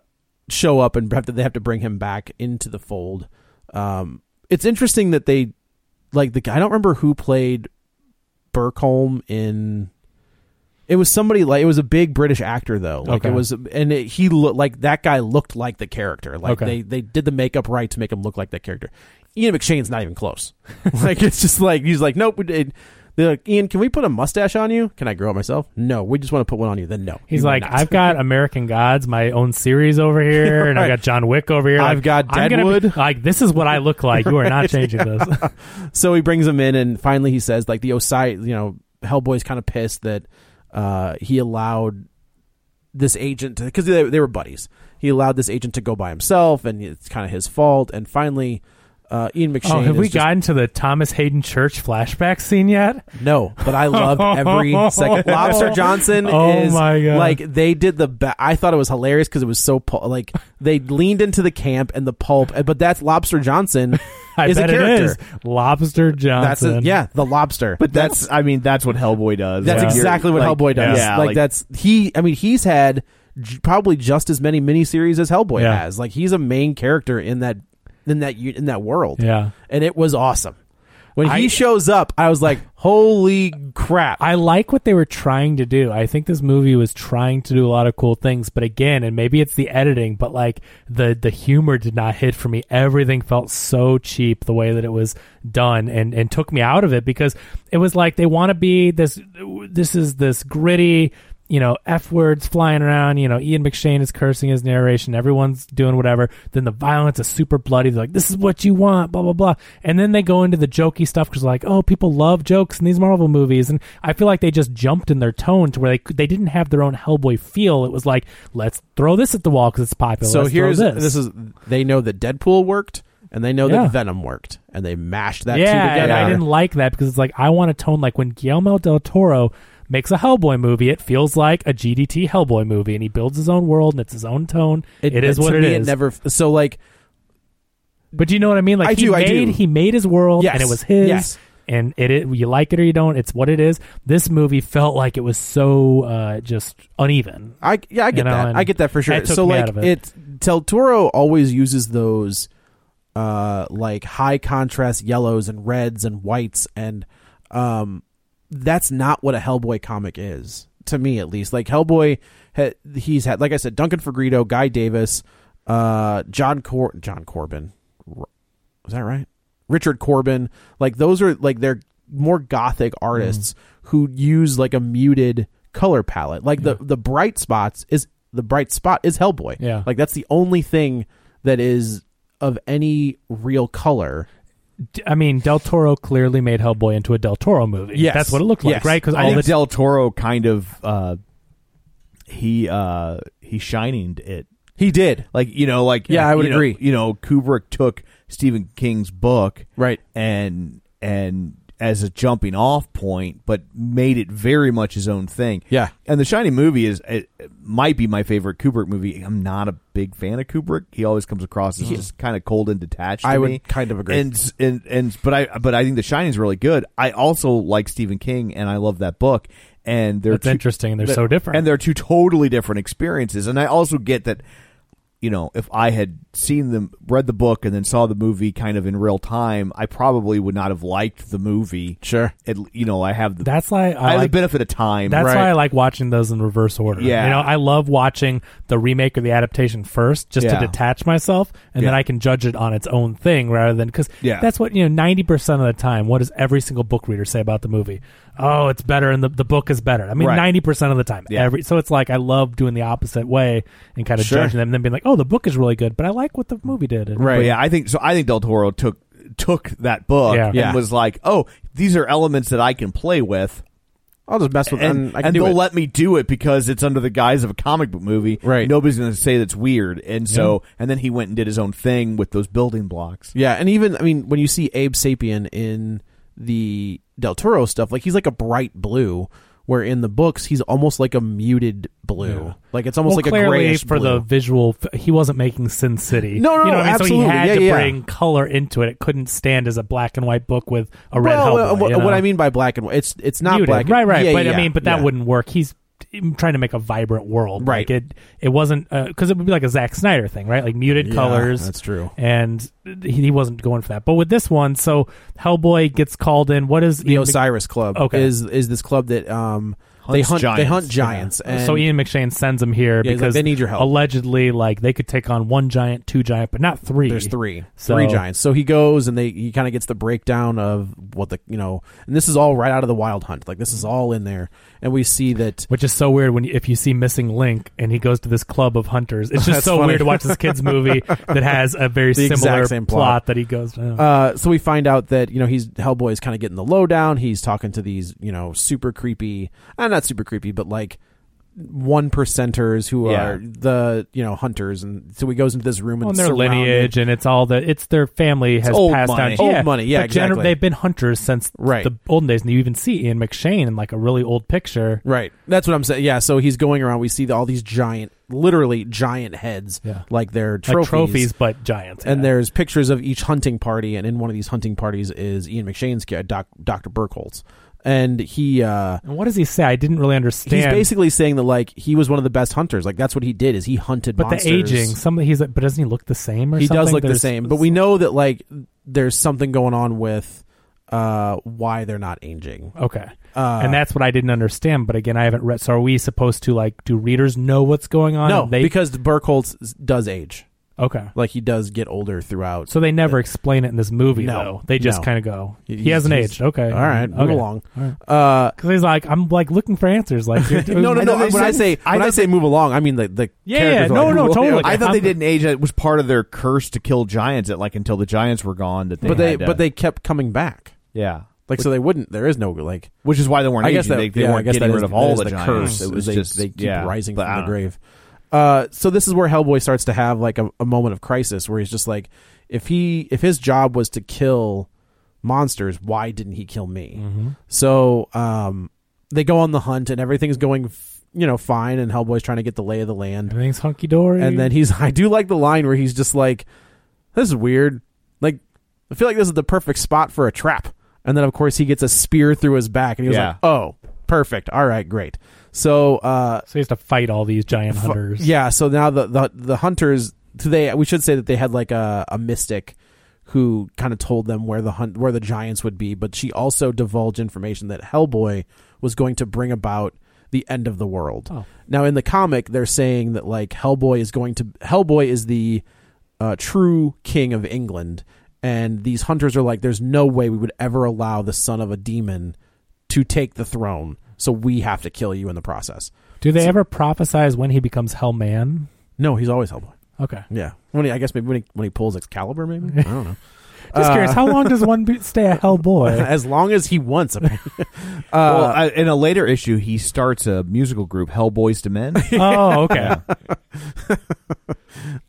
[SPEAKER 7] show up and have to, they have to bring him back into the fold. Um, it's interesting that they like the guy. I don't remember who played Burkholm in. It was somebody like it was a big British actor though. Like it
[SPEAKER 8] Okay.
[SPEAKER 7] was, and it, he looked like that guy looked like the character. Like
[SPEAKER 8] Okay.
[SPEAKER 7] they they did the makeup right to make him look like that character. Ian McShane's not even close. like it's just like he's like nope. We did. They're like Ian, can we put a mustache on you? Can I grow it myself? No, we just want to put one on you. Then no.
[SPEAKER 8] He's
[SPEAKER 7] You
[SPEAKER 8] like,
[SPEAKER 7] may not.
[SPEAKER 8] I've got American Gods, my own series over here, and I've got John Wick over here.
[SPEAKER 7] I've
[SPEAKER 8] Like,
[SPEAKER 7] got
[SPEAKER 8] I'm gonna be-
[SPEAKER 7] Deadwood.
[SPEAKER 8] like, this is what I look like. You are not changing this.
[SPEAKER 7] so he brings him in, and finally he says, like the Osai, you know, Hellboy's kind of pissed that uh, he allowed this agent to because they, they were buddies. He allowed this agent to go by himself, and it's kind of his fault. And finally, uh, Ian McShane.
[SPEAKER 8] oh, have
[SPEAKER 7] is
[SPEAKER 8] we
[SPEAKER 7] just-
[SPEAKER 8] gotten to the Thomas Hayden Church flashback scene yet?
[SPEAKER 7] No, but I loved every second. Lobster Johnson
[SPEAKER 8] Oh
[SPEAKER 7] is
[SPEAKER 8] my God.
[SPEAKER 7] like they did the. Ba- I thought it was hilarious because it was so pu- like they leaned into the camp and the pulp. But that's Lobster Johnson
[SPEAKER 8] I
[SPEAKER 7] is
[SPEAKER 8] bet
[SPEAKER 7] a character.
[SPEAKER 8] it is. Lobster
[SPEAKER 7] That's
[SPEAKER 8] Johnson.
[SPEAKER 7] a, yeah, the lobster.
[SPEAKER 6] But that's, I mean, that's what Hellboy does.
[SPEAKER 7] That's
[SPEAKER 8] Yeah.
[SPEAKER 6] Like, you're-
[SPEAKER 7] exactly what
[SPEAKER 6] like,
[SPEAKER 7] Hellboy does.
[SPEAKER 6] Yeah,
[SPEAKER 7] like, that's he. I mean, he's had j- probably just as many miniseries as Hellboy
[SPEAKER 8] Yeah.
[SPEAKER 7] has. Like he's a main character in that in that u- in that world.
[SPEAKER 8] Yeah.
[SPEAKER 7] and it was awesome when
[SPEAKER 8] I-
[SPEAKER 7] he shows up. I was like, holy crap!
[SPEAKER 8] I like what they were trying to do. I think this movie was trying to do a lot of cool things, but again, and maybe it's the editing, but like the the humor did not hit for me. Everything felt so cheap the way that it was done and and took me out of it because it was like they want to be this this is this gritty you know, F words flying around. You know, Ian McShane is cursing his narration. Everyone's doing whatever. Then the violence is super bloody. They're like, this is what you want, blah, blah, blah. And then they go into the jokey stuff because, like, oh, people love jokes in these Marvel movies. And I feel like they just jumped in their tone to where they, they didn't have their own Hellboy feel. It was like, let's throw this at the wall because it's popular.
[SPEAKER 7] so
[SPEAKER 8] Let's throw
[SPEAKER 7] here's
[SPEAKER 8] this.
[SPEAKER 7] this. is they know that Deadpool worked and they know
[SPEAKER 8] Yeah.
[SPEAKER 7] that Venom worked and they mashed that
[SPEAKER 8] yeah,
[SPEAKER 7] two
[SPEAKER 8] and
[SPEAKER 7] together.
[SPEAKER 8] I didn't like that because it's like I want a tone like when Guillermo del Toro makes a Hellboy movie, it feels like a GDT Hellboy movie, and he builds his own world and it's his own tone. it is
[SPEAKER 7] to
[SPEAKER 8] what it
[SPEAKER 7] me,
[SPEAKER 8] is.
[SPEAKER 7] It never so like
[SPEAKER 8] but do you know what I mean? Like
[SPEAKER 7] I
[SPEAKER 8] he
[SPEAKER 7] do, I
[SPEAKER 8] made
[SPEAKER 7] do.
[SPEAKER 8] he made his world
[SPEAKER 7] Yes,
[SPEAKER 8] and it was his.
[SPEAKER 7] yes.
[SPEAKER 8] and it, it you like it or you don't. It's what it is. This movie felt like it was so uh, just uneven.
[SPEAKER 7] I yeah, I get
[SPEAKER 8] You know,
[SPEAKER 7] that.
[SPEAKER 8] and
[SPEAKER 7] I get that for sure.
[SPEAKER 8] that took
[SPEAKER 7] so
[SPEAKER 8] me
[SPEAKER 7] like
[SPEAKER 8] out of it.
[SPEAKER 7] Del Toro always uses those uh like high contrast yellows and reds and whites and um that's not what a Hellboy comic is to me at least. Like Hellboy ha- he's had like I said Duncan Fergrito, Guy Davis, uh John Cor- John Corbin. R- Was that right? Richard Corbin. Like those are like they're more gothic artists who use like a muted color palette. Like the the bright spots is the bright spot is Hellboy.
[SPEAKER 8] Yeah.
[SPEAKER 7] Like that's the only thing that is of any real color.
[SPEAKER 8] D- I mean, Del Toro clearly made Hellboy into a Del Toro movie.
[SPEAKER 7] Yes.
[SPEAKER 8] that's what it looked like,
[SPEAKER 7] Yes.
[SPEAKER 8] right? Because
[SPEAKER 7] I
[SPEAKER 8] all
[SPEAKER 7] think
[SPEAKER 8] the
[SPEAKER 6] Del Toro kind of uh, he uh, he shininged it.
[SPEAKER 7] He did.
[SPEAKER 6] Like you know, like
[SPEAKER 7] Yeah, I would
[SPEAKER 6] you know-
[SPEAKER 7] agree.
[SPEAKER 6] You know, Kubrick took Stephen King's book,
[SPEAKER 7] Right.
[SPEAKER 6] and and as a jumping off point, but made it very much his own thing.
[SPEAKER 7] Yeah.
[SPEAKER 6] and the Shining movie is it, it might be my favorite Kubrick movie. I'm not a big fan of Kubrick. He always comes across as just kind of cold and detached.
[SPEAKER 7] I
[SPEAKER 6] to
[SPEAKER 7] would
[SPEAKER 6] me.
[SPEAKER 7] kind of agree.
[SPEAKER 6] And s- and and but I but I think The Shining's really good. I also like Stephen King, and I love that book. And they're
[SPEAKER 8] That's interesting. They're so different.
[SPEAKER 6] and they're two totally different experiences. And I also get that you know, if I had seen them, read the book, and then saw the movie kind of in real time, I probably would not have liked the movie.
[SPEAKER 7] Sure.
[SPEAKER 6] It, you know, I have the,
[SPEAKER 8] that's why
[SPEAKER 6] I
[SPEAKER 8] I,
[SPEAKER 6] have
[SPEAKER 8] like
[SPEAKER 6] the benefit of time.
[SPEAKER 8] That's
[SPEAKER 6] right?
[SPEAKER 8] why I like watching those in reverse order.
[SPEAKER 6] Yeah.
[SPEAKER 8] You know, I love watching the remake or the adaptation first just
[SPEAKER 6] Yeah.
[SPEAKER 8] to detach myself and then
[SPEAKER 6] Yeah.
[SPEAKER 8] I can judge it on its own thing rather than because
[SPEAKER 6] Yeah.
[SPEAKER 8] that's what, you know, 90% of the time, what does every single book reader say about the movie? Oh, it's better and the, the book is better. I mean,
[SPEAKER 6] Right.
[SPEAKER 8] 90% of the time.
[SPEAKER 6] Yeah.
[SPEAKER 8] Every, so it's like I love doing the opposite way and kind of
[SPEAKER 6] Sure.
[SPEAKER 8] judging them and then being like, oh, the book is really good, but I like what the movie did. And-
[SPEAKER 6] But yeah, I think so. I think Del Toro took took that book
[SPEAKER 8] Yeah.
[SPEAKER 6] and
[SPEAKER 8] Yeah.
[SPEAKER 6] was like, "Oh, these are elements that I can play with,
[SPEAKER 7] I'll just mess with
[SPEAKER 6] and,
[SPEAKER 7] I can
[SPEAKER 6] and
[SPEAKER 7] do
[SPEAKER 6] they'll
[SPEAKER 7] it.
[SPEAKER 6] let me do it because it's under the guise of a comic book movie.
[SPEAKER 7] Right.
[SPEAKER 6] Nobody's going to say that's weird." And so, and then he went and did his own thing with those building blocks.
[SPEAKER 7] Yeah, and even I mean, when you see Abe Sapien in the Del Toro stuff, like he's like a bright blue, where in the books he's almost like a muted blue, like it's almost
[SPEAKER 8] well,
[SPEAKER 7] like a
[SPEAKER 8] clearly
[SPEAKER 7] grayish
[SPEAKER 8] for
[SPEAKER 7] blue.
[SPEAKER 8] the visual, f- he wasn't making Sin City.
[SPEAKER 7] No, no,
[SPEAKER 8] you know what I mean? So
[SPEAKER 7] absolutely.
[SPEAKER 8] he had
[SPEAKER 7] Yeah,
[SPEAKER 8] to
[SPEAKER 7] yeah, yeah.
[SPEAKER 8] bring color into it. It couldn't stand as a black and white book with a red
[SPEAKER 7] well,
[SPEAKER 8] Hellboy,
[SPEAKER 7] uh, what,
[SPEAKER 8] you know?
[SPEAKER 7] what I mean by black and white, it's it's not
[SPEAKER 8] Muted.
[SPEAKER 7] black, and-
[SPEAKER 8] right? Right.
[SPEAKER 7] yeah,
[SPEAKER 8] but
[SPEAKER 7] yeah,
[SPEAKER 8] I mean, but that
[SPEAKER 7] yeah.
[SPEAKER 8] wouldn't work. He's mm, trying to make a vibrant world,
[SPEAKER 7] Right.
[SPEAKER 8] Like it, it wasn't because it would be like a Zack Snyder thing, right? Like muted
[SPEAKER 7] Yeah,
[SPEAKER 8] colors.
[SPEAKER 7] that's true.
[SPEAKER 8] And he, he wasn't going for that. But with this one, so Hellboy gets called in. What is
[SPEAKER 7] the
[SPEAKER 8] Ian Mc-
[SPEAKER 7] Osiris Club
[SPEAKER 8] Okay.
[SPEAKER 7] is is this club that um they
[SPEAKER 6] Hunts
[SPEAKER 7] hunt they
[SPEAKER 6] giants.
[SPEAKER 7] hunt giants and
[SPEAKER 8] so Ian McShane sends him here
[SPEAKER 7] Yeah, he's like,
[SPEAKER 8] because
[SPEAKER 7] "They need your help."
[SPEAKER 8] Allegedly, like they could take on one giant, two giant, but not three.
[SPEAKER 7] There's three,
[SPEAKER 8] So-
[SPEAKER 7] three giants. So he goes and they he kind of gets the breakdown of what the you know, and this is all right out of the Wild Hunt. Like this is all in there, and we see that
[SPEAKER 8] which is so weird when you, if you see missing link and he goes to this club of hunters it's just
[SPEAKER 7] That's
[SPEAKER 8] so
[SPEAKER 7] funny.
[SPEAKER 8] weird to watch this kids movie that has a very
[SPEAKER 7] The exact
[SPEAKER 8] similar
[SPEAKER 7] same
[SPEAKER 8] plot.
[SPEAKER 7] plot.
[SPEAKER 8] that he goes oh.
[SPEAKER 7] Uh, so we find out that you know he's Hellboy's kind of getting the lowdown. He's talking to these you know super creepy, uh, not super creepy, but like one percenters who
[SPEAKER 6] Yeah.
[SPEAKER 7] are the you know hunters. And so he goes into this room
[SPEAKER 8] on
[SPEAKER 7] and
[SPEAKER 8] their
[SPEAKER 7] surrounded-
[SPEAKER 8] lineage and it's all the it's their family has
[SPEAKER 6] old
[SPEAKER 8] passed
[SPEAKER 6] money.
[SPEAKER 8] down
[SPEAKER 7] Old money, yeah,
[SPEAKER 8] but gener-
[SPEAKER 7] exactly.
[SPEAKER 8] they've been hunters since
[SPEAKER 7] Right.
[SPEAKER 8] the olden days and you even see Ian McShane in like a really old picture
[SPEAKER 7] Right, that's what I'm saying. Yeah, so he's going around. We see all these giant, literally giant heads,
[SPEAKER 8] Yeah.
[SPEAKER 7] like they're
[SPEAKER 8] like trophies but giants
[SPEAKER 7] And
[SPEAKER 8] yeah.
[SPEAKER 7] there's pictures of each hunting party, and in one of these hunting parties is Ian McShane's kid, Doc, Dr. Burkholz. And he uh,
[SPEAKER 8] and what does he say I didn't really understand
[SPEAKER 7] he's basically saying that like he was one of the best hunters. Like that's what he did is he hunted
[SPEAKER 8] but
[SPEAKER 7] monsters.
[SPEAKER 8] the aging some he's like, but doesn't he look the same or
[SPEAKER 7] he
[SPEAKER 8] something
[SPEAKER 7] does look the
[SPEAKER 8] There's-
[SPEAKER 7] same, but we know that like there's something going on with uh, why they're not aging. Uh,
[SPEAKER 8] Okay. and that's what I didn't understand. But again, I haven't read. So are we supposed to like? Do readers know what's going on?
[SPEAKER 7] No,
[SPEAKER 8] And They,
[SPEAKER 7] because Burkholz does age.
[SPEAKER 8] okay.
[SPEAKER 7] Like he does get older throughout.
[SPEAKER 8] So they never explain it in this movie,
[SPEAKER 7] Uh, No,
[SPEAKER 8] though. They just
[SPEAKER 7] no.
[SPEAKER 8] kind of go, "He,
[SPEAKER 7] He's-
[SPEAKER 8] hasn't
[SPEAKER 7] he's-
[SPEAKER 8] aged." Okay.
[SPEAKER 7] All right, move
[SPEAKER 8] Okay.
[SPEAKER 7] along. Uh,
[SPEAKER 8] Because he's like, I'm like looking for answers. Like, you're-
[SPEAKER 7] no, no,
[SPEAKER 8] I
[SPEAKER 7] no.
[SPEAKER 8] don't-
[SPEAKER 7] When I say when I say move along, I mean the the
[SPEAKER 8] Yeah,
[SPEAKER 7] characters are
[SPEAKER 8] no,
[SPEAKER 7] like,
[SPEAKER 8] no,
[SPEAKER 7] move along.
[SPEAKER 8] totally.
[SPEAKER 6] I thought they
[SPEAKER 8] I'm-
[SPEAKER 6] didn't age. It was part of their curse to kill giants. That like until the giants were gone. That they
[SPEAKER 7] but they
[SPEAKER 6] had to-
[SPEAKER 7] but they kept coming back.
[SPEAKER 6] yeah.
[SPEAKER 7] Like so they wouldn't. There is no like.
[SPEAKER 6] Which is why they weren't
[SPEAKER 7] I guess
[SPEAKER 6] aging.
[SPEAKER 7] that
[SPEAKER 6] they they
[SPEAKER 7] yeah, I
[SPEAKER 6] weren't
[SPEAKER 7] guess
[SPEAKER 6] getting
[SPEAKER 7] that
[SPEAKER 6] rid
[SPEAKER 7] is-
[SPEAKER 6] of
[SPEAKER 7] that
[SPEAKER 6] all
[SPEAKER 7] is
[SPEAKER 6] the, giants.
[SPEAKER 7] curse.
[SPEAKER 6] It
[SPEAKER 7] It
[SPEAKER 6] was
[SPEAKER 7] they,
[SPEAKER 6] just
[SPEAKER 7] they keep
[SPEAKER 6] yeah.
[SPEAKER 7] rising
[SPEAKER 6] But,
[SPEAKER 7] from
[SPEAKER 6] uh,
[SPEAKER 7] the grave. Uh, so this is where Hellboy starts to have like a, a moment of crisis where he's just like, if he if his job was to kill monsters, why didn't he kill me?
[SPEAKER 6] Mm-hmm.
[SPEAKER 7] So um, they go on the hunt and everything's going, f- you know, fine. And Hellboy's trying to get the lay of the land.
[SPEAKER 8] everything's hunky dory.
[SPEAKER 7] And then he's, I do like the line where he's just like, this is weird. Like, I feel like this is the perfect spot for a trap. And then of course he gets a spear through his back, and he was
[SPEAKER 6] Yeah.
[SPEAKER 7] like, "Oh, perfect. All right, great." So uh,
[SPEAKER 8] So he has to fight all these giant
[SPEAKER 7] fu-
[SPEAKER 8] hunters.
[SPEAKER 7] Yeah, so now the the, the hunters today we should say that they had like a, a mystic who kind of told them where the hunt where the giants would be, but she also divulged information that Hellboy was going to bring about the end of the world.
[SPEAKER 8] Oh.
[SPEAKER 7] Now in the comic they're saying that like Hellboy is going to Hellboy is the uh, true king of England and these hunters are like there's no way we would ever allow the son of a demon to take the throne. So we have to kill you in the process.
[SPEAKER 8] Do they ever prophesize when he becomes Hellman?
[SPEAKER 7] No, he's always Hellboy.
[SPEAKER 8] Okay.
[SPEAKER 7] Yeah. When he, I guess maybe when he, when he pulls Excalibur, maybe I don't know. Uh,
[SPEAKER 8] Just curious, how long does one be- stay a Hellboy?
[SPEAKER 7] as long as he wants, apparently.
[SPEAKER 6] well,
[SPEAKER 7] Uh,
[SPEAKER 6] I, in a later issue, he starts a musical group, Hellboys to Men.
[SPEAKER 8] oh, okay.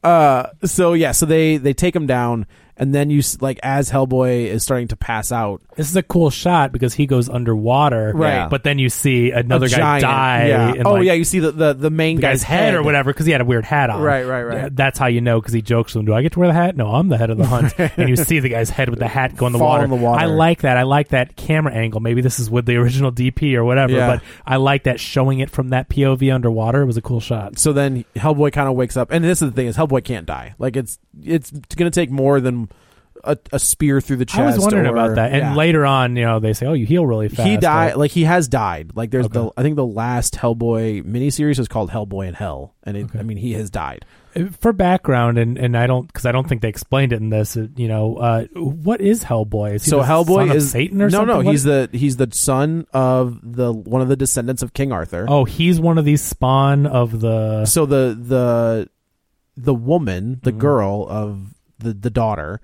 [SPEAKER 7] uh, so yeah, so they they take him down, and then you s- like as Hellboy is starting to pass out,
[SPEAKER 8] This is a cool shot because he goes underwater,
[SPEAKER 6] Right.
[SPEAKER 8] But then you see another
[SPEAKER 7] a
[SPEAKER 8] guy
[SPEAKER 7] giant-
[SPEAKER 8] die.
[SPEAKER 7] Yeah.
[SPEAKER 8] and,
[SPEAKER 7] oh
[SPEAKER 8] like,
[SPEAKER 7] yeah, you see the the, the main
[SPEAKER 8] the guy's head, or whatever because he had a weird hat on.
[SPEAKER 7] Right, right, right.
[SPEAKER 8] Th- That's how you know because he jokes with him. Do I get to wear the hat? No, I'm the head of the hunt. and you see the guy's head with the hat go in the,
[SPEAKER 7] Fall
[SPEAKER 8] water.
[SPEAKER 7] in the water.
[SPEAKER 8] I like that. I like that camera angle. Maybe this is with the original DP or whatever,
[SPEAKER 7] Yeah.
[SPEAKER 8] but I like that showing it from that POV underwater. It was a cool shot.
[SPEAKER 7] So then Hellboy kind of wakes up, and this is the thing: is Hellboy can't die. Like it's it's gonna take more than a, a spear through the chest.
[SPEAKER 8] I was wondering
[SPEAKER 7] or-
[SPEAKER 8] about that. And
[SPEAKER 7] yeah.
[SPEAKER 8] later on, you know, they say, "Oh, you heal really fast."
[SPEAKER 7] he died
[SPEAKER 8] but-
[SPEAKER 7] like he has died like there's
[SPEAKER 8] Okay.
[SPEAKER 7] the i think the last hellboy miniseries was called hellboy in hell and it, i mean he has died
[SPEAKER 8] for background, and, and I don't because I don't think they explained it in this. uh, You know, uh, what is Hellboy? Is he
[SPEAKER 7] so
[SPEAKER 8] the son
[SPEAKER 7] hellboy
[SPEAKER 8] of
[SPEAKER 7] is
[SPEAKER 8] Satan or
[SPEAKER 7] no
[SPEAKER 8] something?
[SPEAKER 7] no
[SPEAKER 8] What-
[SPEAKER 7] he's the he's the son of the one of the descendants of king arthur
[SPEAKER 8] oh, he's one of these spawn of the
[SPEAKER 7] so the the the woman
[SPEAKER 8] Mm-hmm.
[SPEAKER 7] the girl of the the daughter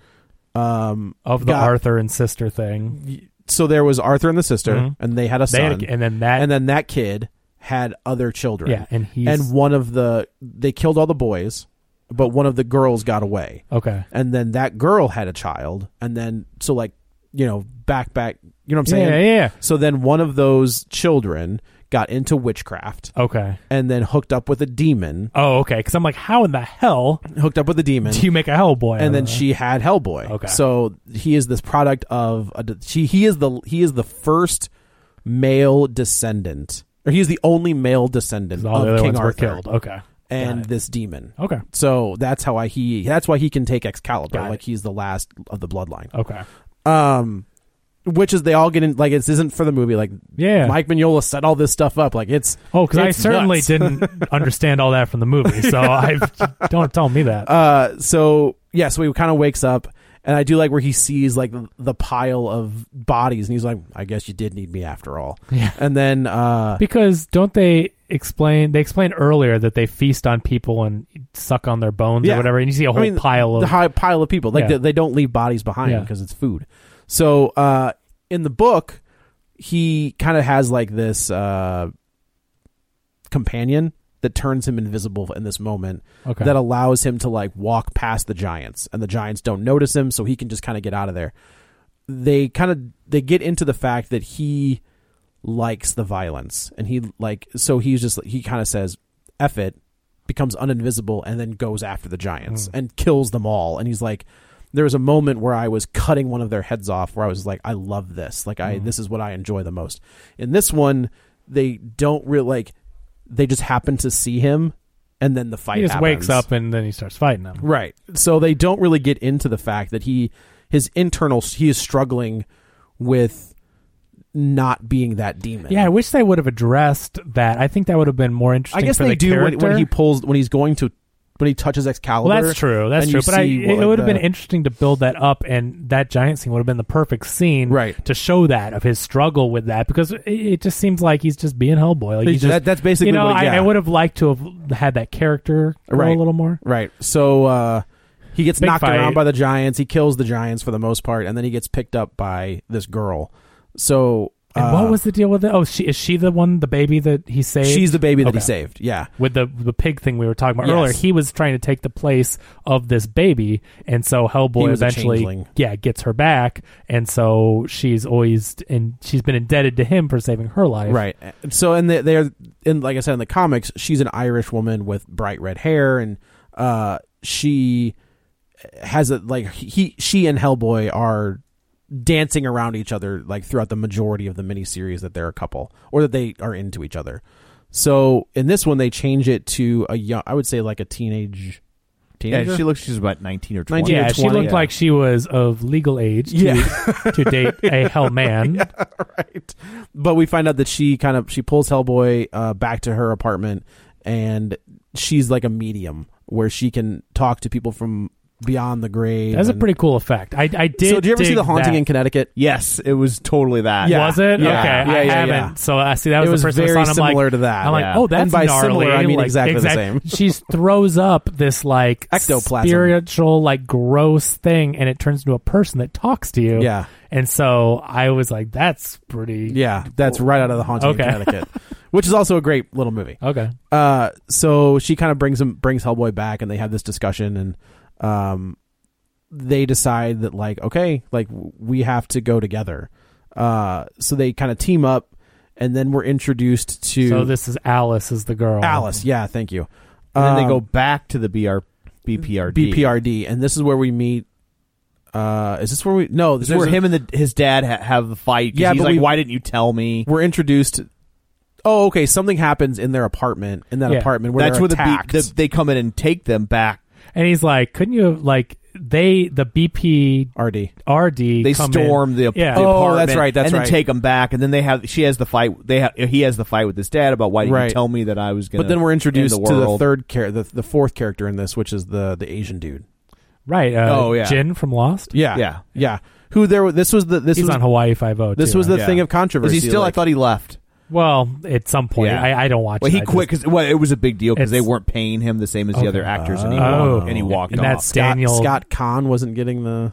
[SPEAKER 7] um
[SPEAKER 8] of the
[SPEAKER 7] got-
[SPEAKER 8] Arthur and sister thing.
[SPEAKER 7] so there was arthur and the sister
[SPEAKER 8] Mhm.
[SPEAKER 7] and they had a
[SPEAKER 8] They
[SPEAKER 7] son
[SPEAKER 8] had a- and then that
[SPEAKER 7] and then that kid had other children
[SPEAKER 8] yeah, and he's
[SPEAKER 7] and one of the they killed all the boys but one of the girls got away
[SPEAKER 8] okay.
[SPEAKER 7] and then that girl had a child and then so like you know back back you know what i'm saying
[SPEAKER 8] Yeah, yeah, yeah.
[SPEAKER 7] so then one of those children got into witchcraft
[SPEAKER 8] Okay.
[SPEAKER 7] and then hooked up with a demon
[SPEAKER 8] Oh, okay. Because I'm like, how in the hell
[SPEAKER 7] hooked up with a demon
[SPEAKER 8] do you make a Hellboy? out
[SPEAKER 7] and then
[SPEAKER 8] of that?
[SPEAKER 7] she had hellboy
[SPEAKER 8] Okay.
[SPEAKER 7] so he is this product of a de- she he is the he is the first male descendant or he's the only male descendant
[SPEAKER 8] all the
[SPEAKER 7] of
[SPEAKER 8] other
[SPEAKER 7] king
[SPEAKER 8] ones were
[SPEAKER 7] arthur
[SPEAKER 8] killed. Okay.
[SPEAKER 7] and
[SPEAKER 8] Got it.
[SPEAKER 7] this demon
[SPEAKER 8] Okay.
[SPEAKER 7] so that's how I, he that's why he can take excalibur
[SPEAKER 8] Got it.
[SPEAKER 7] like he's the last of the bloodline
[SPEAKER 8] Okay.
[SPEAKER 7] um which is they all get in like this isn't for the movie like
[SPEAKER 8] Yeah.
[SPEAKER 7] mike mignola set all this stuff up like it's
[SPEAKER 8] Oh, because I
[SPEAKER 7] it's
[SPEAKER 8] certainly
[SPEAKER 7] nuts.
[SPEAKER 8] didn't understand all that from the movie, so I don't tell me that.
[SPEAKER 7] uh so yeah so he kind of wakes up and i do like where he sees like the pile of bodies and he's like i guess you did need me after all yeah. and then uh
[SPEAKER 8] because don't they explain? They explained earlier that they feast on people and suck on their bones
[SPEAKER 7] Yeah.
[SPEAKER 8] or whatever, and you see a
[SPEAKER 7] I
[SPEAKER 8] whole
[SPEAKER 7] mean,
[SPEAKER 8] pile
[SPEAKER 7] the
[SPEAKER 8] of
[SPEAKER 7] high pile of people like
[SPEAKER 8] Yeah.
[SPEAKER 7] they, they don't leave bodies behind
[SPEAKER 8] Yeah.
[SPEAKER 7] because it's food so uh in the book he kind of has like this uh companion that turns him invisible in this moment
[SPEAKER 8] okay.
[SPEAKER 7] that allows him to like walk past the giants and the giants don't notice him so he can just kind of get out of there they kind of they get into the fact that he likes the violence and he like so he's just he kind of says F it becomes uninvisible and then goes after the giants
[SPEAKER 8] Hmm.
[SPEAKER 7] and kills them all and he's like there was a moment where I was cutting one of their heads off where I was like I love this like
[SPEAKER 8] Hmm.
[SPEAKER 7] I this is what I enjoy the most in this one they don't really like they just happen to see him and then the fight
[SPEAKER 8] he just wakes
[SPEAKER 7] happens.
[SPEAKER 8] up and then he starts fighting them.
[SPEAKER 7] Right. So they don't really get into the fact that he his internal he is struggling with not being that demon.
[SPEAKER 8] Yeah, I wish they would have addressed that. I think that would have been more interesting.
[SPEAKER 7] I guess
[SPEAKER 8] for
[SPEAKER 7] they
[SPEAKER 8] the
[SPEAKER 7] do when,
[SPEAKER 8] character.
[SPEAKER 7] when he pulls when he's going to when he touches Excalibur.
[SPEAKER 8] Well, that's true. That's
[SPEAKER 7] and
[SPEAKER 8] true.
[SPEAKER 7] you
[SPEAKER 8] But I,
[SPEAKER 7] see
[SPEAKER 8] it,
[SPEAKER 7] what, like,
[SPEAKER 8] would have been
[SPEAKER 7] the-
[SPEAKER 8] interesting to build that up, and that giant scene would have been the perfect scene,
[SPEAKER 7] Right.
[SPEAKER 8] To show that of his struggle with that, because it, it just seems like he's just being Hellboy. Like
[SPEAKER 7] He's
[SPEAKER 8] he's just,
[SPEAKER 7] that- that's basically
[SPEAKER 8] you know.
[SPEAKER 7] what-
[SPEAKER 8] I,
[SPEAKER 7] yeah.
[SPEAKER 8] I would have liked to have had that character grow
[SPEAKER 7] Right.
[SPEAKER 8] a little more.
[SPEAKER 7] Right. So uh he gets
[SPEAKER 8] Big
[SPEAKER 7] knocked
[SPEAKER 8] fight.
[SPEAKER 7] around by the giants. He kills the giants for the most part, and then he gets picked up by this girl. So
[SPEAKER 8] And
[SPEAKER 7] uh,
[SPEAKER 8] what was the deal with it? Oh, she is she the one, the baby that he saved?
[SPEAKER 7] she's the baby that
[SPEAKER 8] Okay.
[SPEAKER 7] he saved? Yeah.
[SPEAKER 8] with the the pig thing we were talking about
[SPEAKER 7] Yes.
[SPEAKER 8] earlier. He was trying to take the place of this baby, and so Hellboy
[SPEAKER 7] He was a
[SPEAKER 8] eventually,
[SPEAKER 7] changeling.
[SPEAKER 8] yeah, gets her back, and so she's always and she's been indebted to him for saving her life.
[SPEAKER 7] Right. So and they- they're in like I said in the comics, she's an Irish woman with bright red hair and uh she has a like he she and Hellboy are dancing around each other like throughout the majority of the miniseries that they're a couple or that they are into each other. So in this one, they change it to a young, I would say like a teenage, teenager.
[SPEAKER 6] Yeah, she looks. She's about nineteen or twenty.
[SPEAKER 7] 19
[SPEAKER 8] Yeah, she
[SPEAKER 7] 20,
[SPEAKER 8] looked
[SPEAKER 6] yeah.
[SPEAKER 8] like she was of legal age to, to date a hell man.
[SPEAKER 7] right. But we find out that she kind of she pulls Hellboy uh, back to her apartment, and she's like a medium where she can talk to people from beyond the grave.
[SPEAKER 8] That's a
[SPEAKER 7] and-
[SPEAKER 8] pretty cool effect. I, I did.
[SPEAKER 7] So, do you ever see
[SPEAKER 8] dig
[SPEAKER 7] the haunting
[SPEAKER 8] that.
[SPEAKER 7] in Connecticut?
[SPEAKER 6] Yes, it was totally that.
[SPEAKER 7] Yeah.
[SPEAKER 8] Was it?
[SPEAKER 7] Yeah.
[SPEAKER 8] Okay,
[SPEAKER 7] Yeah,
[SPEAKER 8] I
[SPEAKER 7] yeah, yeah.
[SPEAKER 8] haven't. So I see that was,
[SPEAKER 7] It was
[SPEAKER 8] the first time I
[SPEAKER 7] very
[SPEAKER 8] saw it, I'm like-
[SPEAKER 7] similar to that,
[SPEAKER 8] I'm like,
[SPEAKER 6] yeah.
[SPEAKER 8] oh, that's
[SPEAKER 7] And by
[SPEAKER 8] gnarly.
[SPEAKER 7] similar, I mean
[SPEAKER 8] Like,
[SPEAKER 7] exactly the same.
[SPEAKER 8] She throws up this like
[SPEAKER 7] Ectoplasm.
[SPEAKER 8] spiritual, like gross thing, and it turns into a person that talks to you.
[SPEAKER 7] Yeah.
[SPEAKER 8] And so I was like, that's pretty.
[SPEAKER 7] Yeah, that's right out of the haunting
[SPEAKER 8] Okay.
[SPEAKER 7] in Connecticut, which is also a great little movie.
[SPEAKER 8] Okay.
[SPEAKER 7] Uh, so she kind of brings him brings Hellboy back, and they have this discussion, and um, they decide that like, okay, like w- we have to go together. Uh, so they kind of team up, and then we're introduced to
[SPEAKER 8] So this is Alice is the girl.
[SPEAKER 7] Alice. Yeah, thank you.
[SPEAKER 6] And then they
[SPEAKER 7] Um,
[SPEAKER 6] go back to the BR, BPRD.
[SPEAKER 7] BPRD, and this is where we meet. Uh, is this where we? No, this
[SPEAKER 6] This is where
[SPEAKER 7] is-
[SPEAKER 6] him and the, his dad ha- have the fight. 'cause
[SPEAKER 7] Yeah,
[SPEAKER 6] he's
[SPEAKER 7] but
[SPEAKER 6] like,
[SPEAKER 7] we-
[SPEAKER 6] why didn't you tell me?
[SPEAKER 7] We're introduced. Oh, okay. Something happens in their apartment. In that
[SPEAKER 8] Yeah.
[SPEAKER 7] apartment, where
[SPEAKER 6] That's
[SPEAKER 7] they're
[SPEAKER 6] where the,
[SPEAKER 7] attacked.
[SPEAKER 6] B, the they come in and take them back.
[SPEAKER 8] And he's like, couldn't you have like they the BP
[SPEAKER 7] RD.
[SPEAKER 8] RD
[SPEAKER 6] They
[SPEAKER 8] come in-
[SPEAKER 6] storm the, ap-
[SPEAKER 8] yeah.
[SPEAKER 6] the
[SPEAKER 7] Oh,
[SPEAKER 6] apartment.
[SPEAKER 7] that's right, that's
[SPEAKER 6] and
[SPEAKER 7] right.
[SPEAKER 6] then take them back, and then they have. She has the fight. They have. He has the fight with his dad about why didn't
[SPEAKER 7] Right.
[SPEAKER 6] you tell me that I was going.
[SPEAKER 7] But then we're introduced
[SPEAKER 6] the
[SPEAKER 7] to the
[SPEAKER 6] world.
[SPEAKER 7] third char- the, the fourth character in this, which is the the Asian dude.
[SPEAKER 8] right. Uh,
[SPEAKER 6] Oh, yeah.
[SPEAKER 8] Jin from Lost.
[SPEAKER 7] Yeah,
[SPEAKER 6] Yeah.
[SPEAKER 7] yeah. Who there? This was the this
[SPEAKER 8] He's
[SPEAKER 7] was
[SPEAKER 8] on Hawaii Five O.
[SPEAKER 7] this was the
[SPEAKER 6] Yeah.
[SPEAKER 7] thing of
[SPEAKER 6] Is
[SPEAKER 7] controversy.
[SPEAKER 6] he still?
[SPEAKER 7] like-
[SPEAKER 6] I thought he left.
[SPEAKER 8] well at some point.
[SPEAKER 6] Yeah.
[SPEAKER 8] I, I don't watch.
[SPEAKER 6] Well,
[SPEAKER 8] it.
[SPEAKER 6] he
[SPEAKER 8] I
[SPEAKER 6] quit because well, it was a big deal because they
[SPEAKER 8] It's-
[SPEAKER 6] weren't paying him the same as the other actors, and he
[SPEAKER 8] Oh.
[SPEAKER 6] walked, and he walked
[SPEAKER 8] And
[SPEAKER 6] off.
[SPEAKER 8] that's-
[SPEAKER 7] Scott,
[SPEAKER 8] Daniel-
[SPEAKER 7] Scott Kahn wasn't getting the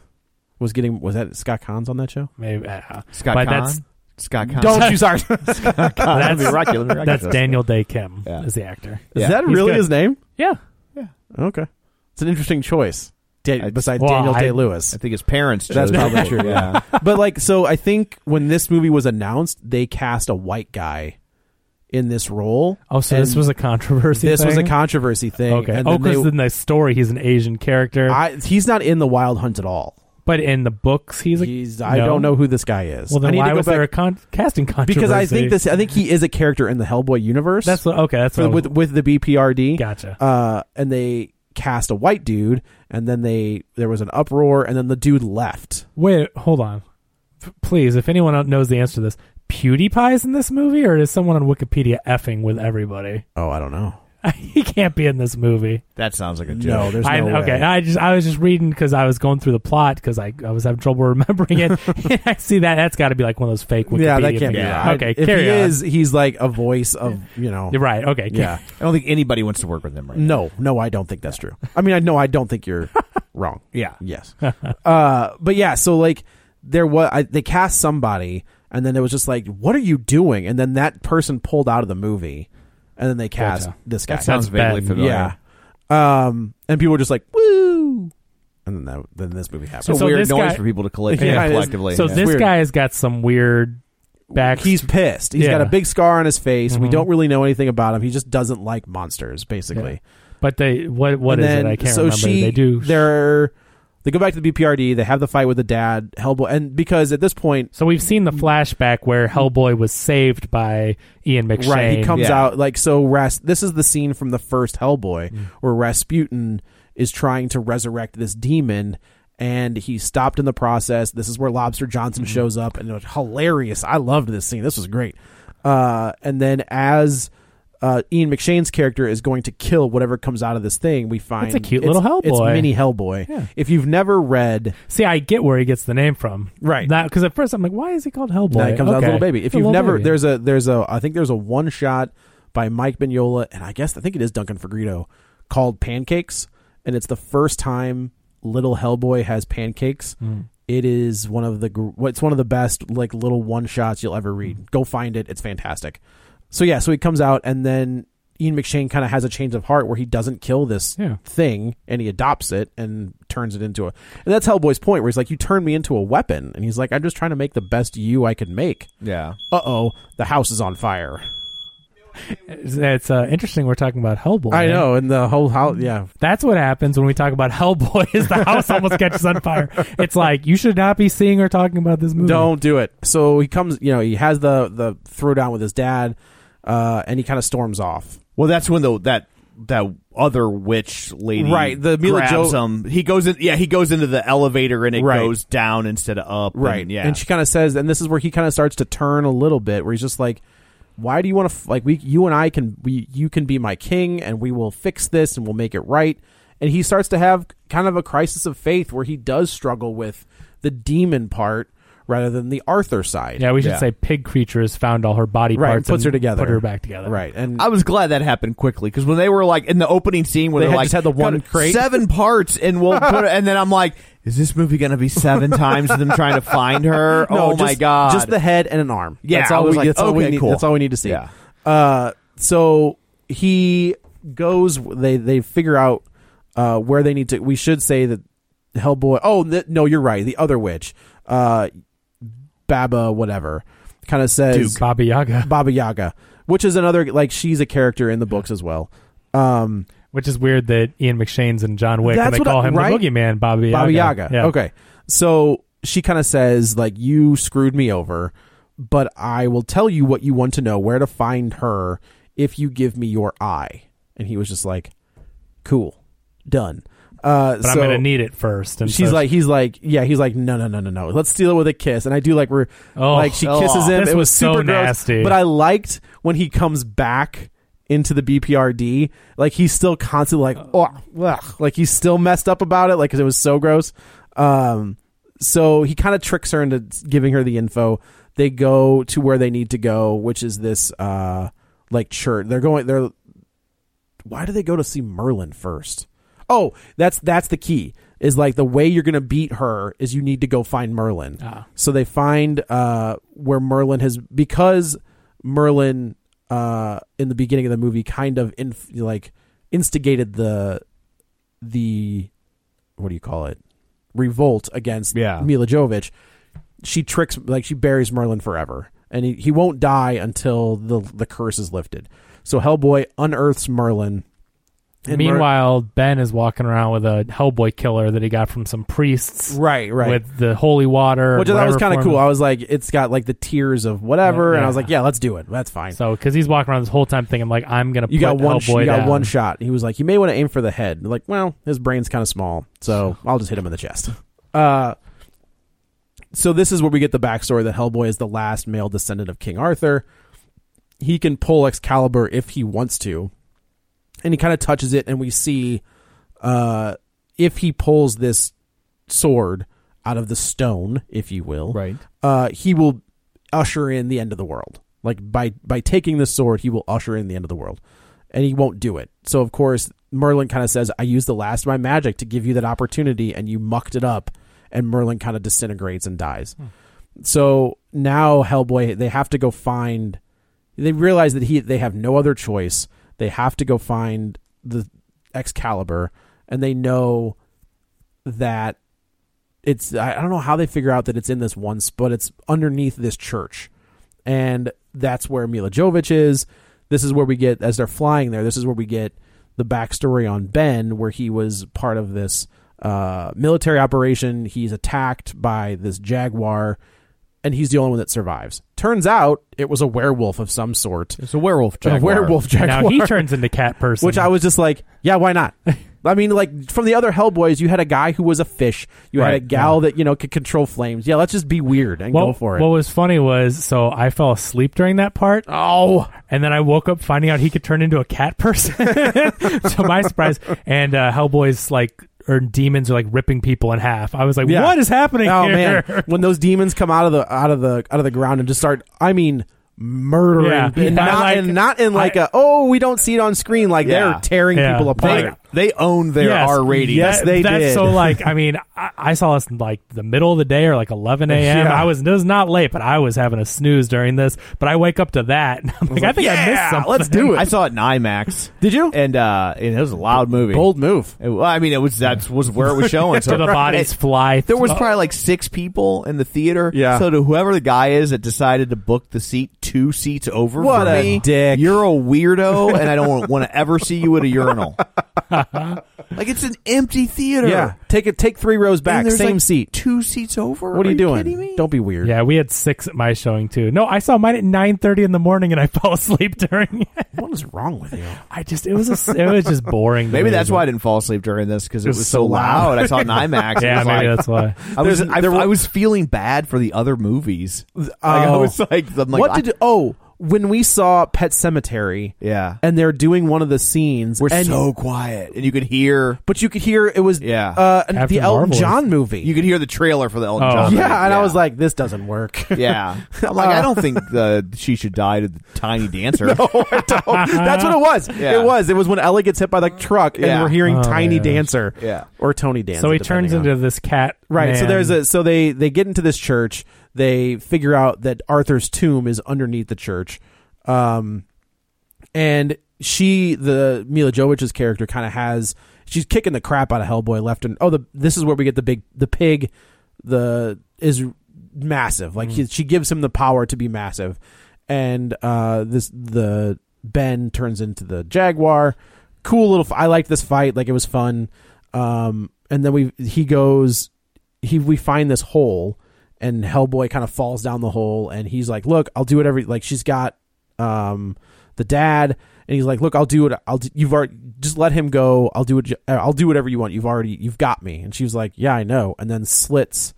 [SPEAKER 7] was getting was that Scott Kahn's on that show?
[SPEAKER 8] Just, maybe, uh,
[SPEAKER 6] Scott
[SPEAKER 8] but
[SPEAKER 6] Kahn?
[SPEAKER 8] That's,
[SPEAKER 6] Scott Kahn.
[SPEAKER 7] you start?
[SPEAKER 6] Let me
[SPEAKER 8] that's-
[SPEAKER 6] rock you, let me rock you.
[SPEAKER 8] that's Daniel Day Kim
[SPEAKER 6] Yeah.
[SPEAKER 8] is the actor.
[SPEAKER 7] Is
[SPEAKER 6] Yeah.
[SPEAKER 7] that
[SPEAKER 8] He's
[SPEAKER 7] really
[SPEAKER 8] good.
[SPEAKER 7] his name?
[SPEAKER 8] Yeah.
[SPEAKER 7] Okay, it's an interesting choice. Da-
[SPEAKER 6] I-
[SPEAKER 7] besides
[SPEAKER 8] Well,
[SPEAKER 7] Daniel
[SPEAKER 8] I-
[SPEAKER 7] Day Lewis,
[SPEAKER 6] I think his parents.
[SPEAKER 7] That's
[SPEAKER 6] chose
[SPEAKER 7] probably
[SPEAKER 6] it,
[SPEAKER 7] true,
[SPEAKER 6] Yeah.
[SPEAKER 7] but like so i think when this movie was announced they cast a white guy in this role
[SPEAKER 8] Oh, so
[SPEAKER 7] And
[SPEAKER 8] this was a controversy.
[SPEAKER 7] this was a
[SPEAKER 8] thing?
[SPEAKER 7] controversy thing
[SPEAKER 8] Okay.
[SPEAKER 7] and
[SPEAKER 8] oh,
[SPEAKER 7] then
[SPEAKER 8] because
[SPEAKER 7] they-
[SPEAKER 8] in the story he's an Asian character,
[SPEAKER 7] I, he's not in the wild hunt at all
[SPEAKER 8] but in the books he's a.
[SPEAKER 7] he's i
[SPEAKER 8] No?
[SPEAKER 7] don't know who this guy is
[SPEAKER 8] Well,
[SPEAKER 7] I
[SPEAKER 8] then
[SPEAKER 7] need
[SPEAKER 8] why
[SPEAKER 7] to go
[SPEAKER 8] was
[SPEAKER 7] back-
[SPEAKER 8] there a con- casting controversy?
[SPEAKER 7] because i think this i think he is a character in the hellboy universe
[SPEAKER 8] That's what, okay. That's
[SPEAKER 7] for-
[SPEAKER 8] what I was-
[SPEAKER 7] with with the bprd
[SPEAKER 8] Gotcha.
[SPEAKER 7] uh and they cast a white dude and then they there was an uproar and then the dude left
[SPEAKER 8] Wait, hold on. F- please, if anyone out- knows the answer to this, PewDiePie's in this movie, or is someone on Wikipedia effing with everybody?
[SPEAKER 7] oh i don't know
[SPEAKER 8] he can't be in this movie.
[SPEAKER 6] That sounds like a joke.
[SPEAKER 7] no there's no
[SPEAKER 8] I,
[SPEAKER 7] way.
[SPEAKER 8] okay, I just I was just reading because I was going through the plot because I, I was having trouble remembering it. and I see that that's got to be like one of those fake Wikipedia.
[SPEAKER 7] yeah that can't be
[SPEAKER 8] things.
[SPEAKER 7] right
[SPEAKER 8] Okay,
[SPEAKER 7] if
[SPEAKER 8] carry
[SPEAKER 7] he
[SPEAKER 8] on.
[SPEAKER 7] is he's like a voice of you know
[SPEAKER 8] You're right. Okay,
[SPEAKER 7] Yeah.
[SPEAKER 6] I don't think anybody wants to work with him right now.
[SPEAKER 7] No, no, I don't think that's true. I mean, I know I don't think you're wrong.
[SPEAKER 6] Yeah.
[SPEAKER 7] Yes. uh, but yeah, so like there was I, they cast somebody, and then it was just like, what are you doing? And then that person pulled out of the movie, and then they cast
[SPEAKER 8] Gotcha.
[SPEAKER 7] this guy.
[SPEAKER 6] Sounds
[SPEAKER 8] Ben.
[SPEAKER 6] vaguely familiar.
[SPEAKER 7] yeah. Um, and people were just like, woo, and then that then this movie happened.
[SPEAKER 6] It's a
[SPEAKER 8] So
[SPEAKER 6] weird
[SPEAKER 8] this
[SPEAKER 6] noise
[SPEAKER 8] guy-
[SPEAKER 6] for people to collect
[SPEAKER 7] Yeah, it is.
[SPEAKER 6] collectively.
[SPEAKER 8] So
[SPEAKER 6] yeah.
[SPEAKER 8] this
[SPEAKER 7] weird.
[SPEAKER 8] guy's got some weird back.
[SPEAKER 7] He's pissed. He's
[SPEAKER 8] Yeah. Mm-hmm.
[SPEAKER 7] got a big scar on his face. We don't really know anything about him. He just doesn't like monsters, basically.
[SPEAKER 8] but they what what
[SPEAKER 7] And
[SPEAKER 8] is
[SPEAKER 7] then-
[SPEAKER 8] it? I can't
[SPEAKER 7] so
[SPEAKER 8] remember.
[SPEAKER 7] She,
[SPEAKER 8] they do.
[SPEAKER 7] They're they go back to the BPRD. They have the fight with the dad, Hellboy, and because at this point,
[SPEAKER 8] So we've seen the flashback where Hellboy was saved by Ian McShane.
[SPEAKER 7] right, he comes
[SPEAKER 6] yeah.
[SPEAKER 7] out like so. Ras. This is the scene from the first Hellboy
[SPEAKER 8] Mm.
[SPEAKER 7] where Rasputin is trying to resurrect this demon. And he's stopped in the process. This is where Lobster Johnson
[SPEAKER 8] Mm-hmm.
[SPEAKER 7] shows up, and it was hilarious. I loved this scene. This was great. Uh, and then, as uh, Ian McShane's character is going to kill whatever comes out of this thing, we find
[SPEAKER 8] cute little
[SPEAKER 7] It's
[SPEAKER 8] Hellboy.
[SPEAKER 7] mini Hellboy. If you've never read
[SPEAKER 8] See, I get where he gets the name from.
[SPEAKER 7] Right.
[SPEAKER 8] Because at first I'm like, why is he called Hellboy?
[SPEAKER 7] No, it comes out as a
[SPEAKER 8] Okay.
[SPEAKER 7] little baby. If
[SPEAKER 8] A
[SPEAKER 7] you've
[SPEAKER 8] little
[SPEAKER 7] never,
[SPEAKER 8] baby.
[SPEAKER 7] there's a there's a I think there's a one shot by Mike Mignola and I guess I think it is Duncan Fergrito called Pancakes, and it's the first time Little Hellboy has pancakes. It is one of the gr- it's one of the best like little one shots you'll ever read. Go find it; it's fantastic. So yeah, so he comes out and then Ian McShane kind of has a change of heart where he doesn't kill this
[SPEAKER 8] Yeah.
[SPEAKER 7] thing and he adopts it and turns it into a and that's Hellboy's point where he's like, You turn me into a weapon and he's like, I'm just trying to make the best you I could make.
[SPEAKER 6] yeah.
[SPEAKER 7] Uh oh, the house is on fire.
[SPEAKER 8] It's, it's, uh, interesting. We're talking about Hellboy.
[SPEAKER 7] I know, and the whole house. Yeah,
[SPEAKER 8] That's what happens when we talk about Hellboy. Is the house almost catches on fire? It's like you should not be seeing or talking about this movie.
[SPEAKER 7] Don't do it. So he comes, you know, he has the the throwdown with his dad, uh, and he kind of storms off.
[SPEAKER 6] Well, that's when though that that other witch lady
[SPEAKER 7] Right, the Mila
[SPEAKER 6] grabs
[SPEAKER 7] Jo-
[SPEAKER 6] him. He goes in. Yeah, he goes into the elevator and it
[SPEAKER 7] Right.
[SPEAKER 6] goes down instead of up. and yeah,
[SPEAKER 7] And she kind of says, and this is where he kind of starts to turn a little bit, where he's just like, "Why do you want to f- like we? You and I can we you can be my king, and we will fix this, and we'll make it right." And he starts to have kind of a crisis of faith where he does struggle with the demon part rather than the Arthur side.
[SPEAKER 8] Yeah, we should
[SPEAKER 6] Yeah.
[SPEAKER 8] say pig creature has found all her body
[SPEAKER 7] right.
[SPEAKER 8] parts.
[SPEAKER 7] puts
[SPEAKER 8] and
[SPEAKER 7] her together.
[SPEAKER 8] Put her back together.
[SPEAKER 7] Right. And
[SPEAKER 6] I was glad that happened quickly because when they were like in the opening scene where
[SPEAKER 7] They
[SPEAKER 6] are
[SPEAKER 7] had
[SPEAKER 6] like
[SPEAKER 7] just had the one
[SPEAKER 6] "Got
[SPEAKER 7] crate."
[SPEAKER 6] seven parts and we'll put it, and then I'm like, is this movie gonna be seven times them trying to find her?
[SPEAKER 7] No,
[SPEAKER 6] oh my
[SPEAKER 7] just-
[SPEAKER 6] god!
[SPEAKER 7] Just the head and an arm.
[SPEAKER 6] Yeah,
[SPEAKER 7] that's
[SPEAKER 6] I
[SPEAKER 7] all,
[SPEAKER 6] was
[SPEAKER 7] we,
[SPEAKER 6] like,
[SPEAKER 7] that's all we
[SPEAKER 6] okay,
[SPEAKER 7] need.
[SPEAKER 6] cool.
[SPEAKER 7] That's all we need to see.
[SPEAKER 6] Yeah.
[SPEAKER 7] Uh, so he goes. They they figure out uh, where they need to. We should say that Hellboy. Oh th- no, you're right. The other witch, uh, Baba, whatever, kind of says
[SPEAKER 8] Baba Yaga,
[SPEAKER 7] Baba Yaga, which is another like she's a character in the books as well. Um,
[SPEAKER 8] which is weird that Ian McShane's and John Wick,
[SPEAKER 7] That's
[SPEAKER 8] and they
[SPEAKER 7] what
[SPEAKER 8] call
[SPEAKER 7] I-
[SPEAKER 8] him
[SPEAKER 7] right?
[SPEAKER 8] the boogeyman, Baba Yaga.
[SPEAKER 7] Baba Yaga.
[SPEAKER 8] Yeah.
[SPEAKER 7] Okay. So she kind of says, like, you screwed me over, but I will tell you what you want to know, where to find her if you give me your eye. And he was just like, cool, done. Uh,
[SPEAKER 8] But I'm
[SPEAKER 7] so
[SPEAKER 8] gonna need it first. And
[SPEAKER 7] she's
[SPEAKER 8] so-
[SPEAKER 7] like, he's like, yeah, he's like, no, no, no, no, no. Let's deal with a kiss. And I do like we're
[SPEAKER 8] Oh,
[SPEAKER 7] like she kisses
[SPEAKER 8] oh,
[SPEAKER 7] him.
[SPEAKER 8] this
[SPEAKER 7] it was,
[SPEAKER 8] was so
[SPEAKER 7] super gross,
[SPEAKER 8] nasty.
[SPEAKER 7] But I liked when he comes back into the BPRD. Like he's still constantly like, oh, ugh. like he's still messed up about it. Like because it was so gross. Um, so he kind of tricks her into giving her the info. They go to where they need to go, which is this uh like church. They're going. They're why do they go to see Merlin first? Oh, that's that's the key. Is like the way you're gonna beat her is you need to go find Merlin. So they find uh, where Merlin has because Merlin uh, in the beginning of the movie kind of inf- like instigated the the what do you call it revolt against
[SPEAKER 6] Yeah.
[SPEAKER 7] Mila Jovovich. She tricks like she buries Merlin forever, and he, he won't die until the the curse is lifted. So Hellboy unearths Merlin. and Mer-
[SPEAKER 8] Meanwhile, Ben is walking around with a Hellboy killer that he got from some priests.
[SPEAKER 7] right, right,
[SPEAKER 8] With the holy water,
[SPEAKER 7] which I thought was kind of cool. I
[SPEAKER 8] out.
[SPEAKER 7] was like, it's got like the tears of whatever, and I was
[SPEAKER 8] Yeah.
[SPEAKER 7] like, yeah, let's do it. That's fine.
[SPEAKER 8] So, because he's walking around this whole time thinking like, I'm gonna
[SPEAKER 7] you
[SPEAKER 8] put
[SPEAKER 7] got one, sh-
[SPEAKER 8] Hellboy
[SPEAKER 7] you got
[SPEAKER 8] down.
[SPEAKER 7] one shot. He was like, you may want to aim for the head. Like, well, his brain's kind of small, so I'll just hit him in the chest. Uh, so this is where we get the backstory that Hellboy is the last male descendant of King Arthur. He can pull Excalibur if he wants to, and he kind of touches it, and we see uh, if he pulls this sword out of the stone, if you will,
[SPEAKER 6] Right.
[SPEAKER 7] uh, he will usher in the end of the world. Like by by taking this sword, he will usher in the end of the world, and he won't do it. So of course, Merlin kind of says, "I used the last of my magic to give you that opportunity, and you mucked it up." And Merlin kind of disintegrates and dies. So now Hellboy, they have to go find. They realize that he they have no other choice. They have to go find the Excalibur, and they know that it's I I don't know how they figure out that it's in this one spot, but it's underneath this church, and that's where Mila Jovovich is. This is where we get as they're flying there. This is where we get the backstory on Ben, where he was part of this uh, military operation. He's attacked by this jaguar, and he's the only one that survives. Turns out it was a werewolf of some sort,
[SPEAKER 6] It's a werewolf.
[SPEAKER 7] a
[SPEAKER 6] jaguar.
[SPEAKER 7] werewolf jaguar.
[SPEAKER 8] Now he turns into cat person,
[SPEAKER 7] Which I was just like, yeah, why not? I mean, like from the other Hellboys, you had a guy who was a fish. You had a
[SPEAKER 6] Right,
[SPEAKER 7] gal that you know could control flames. Yeah, let's just be weird and
[SPEAKER 8] What,
[SPEAKER 7] go for it.
[SPEAKER 8] what was funny was so I fell asleep during that part. Oh, and then I woke up finding out he could turn into a cat person. to my surprise, and uh, Hellboy's like or demons are like ripping people in half. I was like,
[SPEAKER 7] Yeah.
[SPEAKER 8] what is happening
[SPEAKER 7] oh
[SPEAKER 8] here?
[SPEAKER 7] man, when those demons come out of the out of the out of the ground and just start, I mean, murdering,
[SPEAKER 8] Yeah.
[SPEAKER 7] people. and
[SPEAKER 8] Yeah.
[SPEAKER 7] not
[SPEAKER 8] I like-
[SPEAKER 7] and not in like a
[SPEAKER 8] I-
[SPEAKER 7] oh we don't see it on screen. Like
[SPEAKER 6] Yeah.
[SPEAKER 7] they're tearing
[SPEAKER 8] Yeah.
[SPEAKER 7] people
[SPEAKER 8] They-
[SPEAKER 7] apart.
[SPEAKER 6] They own their
[SPEAKER 8] Yes.
[SPEAKER 6] R rating.
[SPEAKER 7] Yes, they
[SPEAKER 8] that's
[SPEAKER 7] did.
[SPEAKER 8] so like I mean I, I saw this in like the middle of the day or like 11 a.m.
[SPEAKER 7] Yeah.
[SPEAKER 8] I was it was not late, but I was having a snooze during this. But I wake up to that and I'm like, I, think I missed
[SPEAKER 6] Yeah,
[SPEAKER 8] something.
[SPEAKER 6] let's do it. I saw it in IMAX.
[SPEAKER 7] Did you?
[SPEAKER 6] And uh, and it was a loud movie.
[SPEAKER 7] Bold move.
[SPEAKER 6] It- well, I mean, it was that was where it was showing.
[SPEAKER 8] So the bodies fly.
[SPEAKER 6] There was
[SPEAKER 8] through-
[SPEAKER 6] probably like six people in the theater.
[SPEAKER 7] Oh. Yeah.
[SPEAKER 6] So to whoever the guy is that decided to book the seat two seats over,
[SPEAKER 7] What
[SPEAKER 6] for
[SPEAKER 7] a
[SPEAKER 6] me,
[SPEAKER 7] dick.
[SPEAKER 6] You're a weirdo, and I don't want to ever see you at a urinal. like it's an empty theater.
[SPEAKER 7] Yeah, take it. Take three rows
[SPEAKER 6] And
[SPEAKER 7] back,
[SPEAKER 6] there's,
[SPEAKER 7] same
[SPEAKER 6] like,
[SPEAKER 7] seat.
[SPEAKER 6] Two seats over.
[SPEAKER 7] What are, you
[SPEAKER 6] kidding me?
[SPEAKER 7] doing? Don't be weird.
[SPEAKER 8] yeah, we had six at my showing too. No, I saw mine at 9:30 in the morning and I fell asleep during it.
[SPEAKER 7] What is wrong with you?
[SPEAKER 8] I just it was a, it was just boring. to
[SPEAKER 6] Maybe
[SPEAKER 8] me.
[SPEAKER 6] that's why I didn't fall asleep during this because it was so loud. I saw it in IMAX.
[SPEAKER 8] Yeah,
[SPEAKER 6] It was
[SPEAKER 8] maybe
[SPEAKER 6] like-
[SPEAKER 8] that's why.
[SPEAKER 6] I was,
[SPEAKER 7] There's-
[SPEAKER 6] I,
[SPEAKER 7] there were-
[SPEAKER 6] I was feeling bad for the other movies. Like, I
[SPEAKER 7] Oh.
[SPEAKER 6] was like, I'm like,
[SPEAKER 7] what
[SPEAKER 6] I-
[SPEAKER 7] did? you- oh, when we saw Pet Cemetery,
[SPEAKER 6] Yeah.
[SPEAKER 7] and they're doing one of the scenes.
[SPEAKER 6] We're
[SPEAKER 7] and-
[SPEAKER 6] so quiet, and you could hear
[SPEAKER 7] but you could hear it was
[SPEAKER 6] Yeah.
[SPEAKER 7] uh, an-
[SPEAKER 8] Captain
[SPEAKER 7] the Elton
[SPEAKER 8] Marvel is-
[SPEAKER 7] John movie.
[SPEAKER 6] you could hear the trailer for the Elton
[SPEAKER 8] Oh.
[SPEAKER 6] John.
[SPEAKER 7] yeah,
[SPEAKER 6] movie.
[SPEAKER 7] and I was like, this doesn't work.
[SPEAKER 6] yeah. I'm like, I don't think the she should die to the tiny dancer.
[SPEAKER 7] That's what it was.
[SPEAKER 6] Yeah.
[SPEAKER 7] It was. It was when Ellie gets hit by the truck, and
[SPEAKER 6] Yeah.
[SPEAKER 7] we're hearing
[SPEAKER 8] Oh,
[SPEAKER 7] Tiny
[SPEAKER 8] yeah.
[SPEAKER 7] Dancer,
[SPEAKER 6] Yeah.
[SPEAKER 7] or Tony Dancer.
[SPEAKER 8] So he
[SPEAKER 7] depending
[SPEAKER 8] turns
[SPEAKER 7] on-
[SPEAKER 8] into this cat.
[SPEAKER 7] Right. So
[SPEAKER 8] man.
[SPEAKER 7] there's a so they they get into this church. They figure out that Arthur's tomb is underneath the church, um, and she the Mila Jovovich's character kind of has she's kicking the crap out of Hellboy left and oh the this is where we get the big the pig the is massive like he, she gives him the power to be massive, and uh this the Ben turns into the jaguar. Cool little. f- I liked this fight. Like it was fun. Um, and then we he goes he we find this hole and Hellboy kind of falls down the hole and he's like, "Look, I'll do whatever." Like she's got um the dad and he's like, "Look, I'll do it. I'll do, you've already just let him go. I'll do it. I'll do whatever you want. You've already you've got me." And she was like, "Yeah, I know." And then slits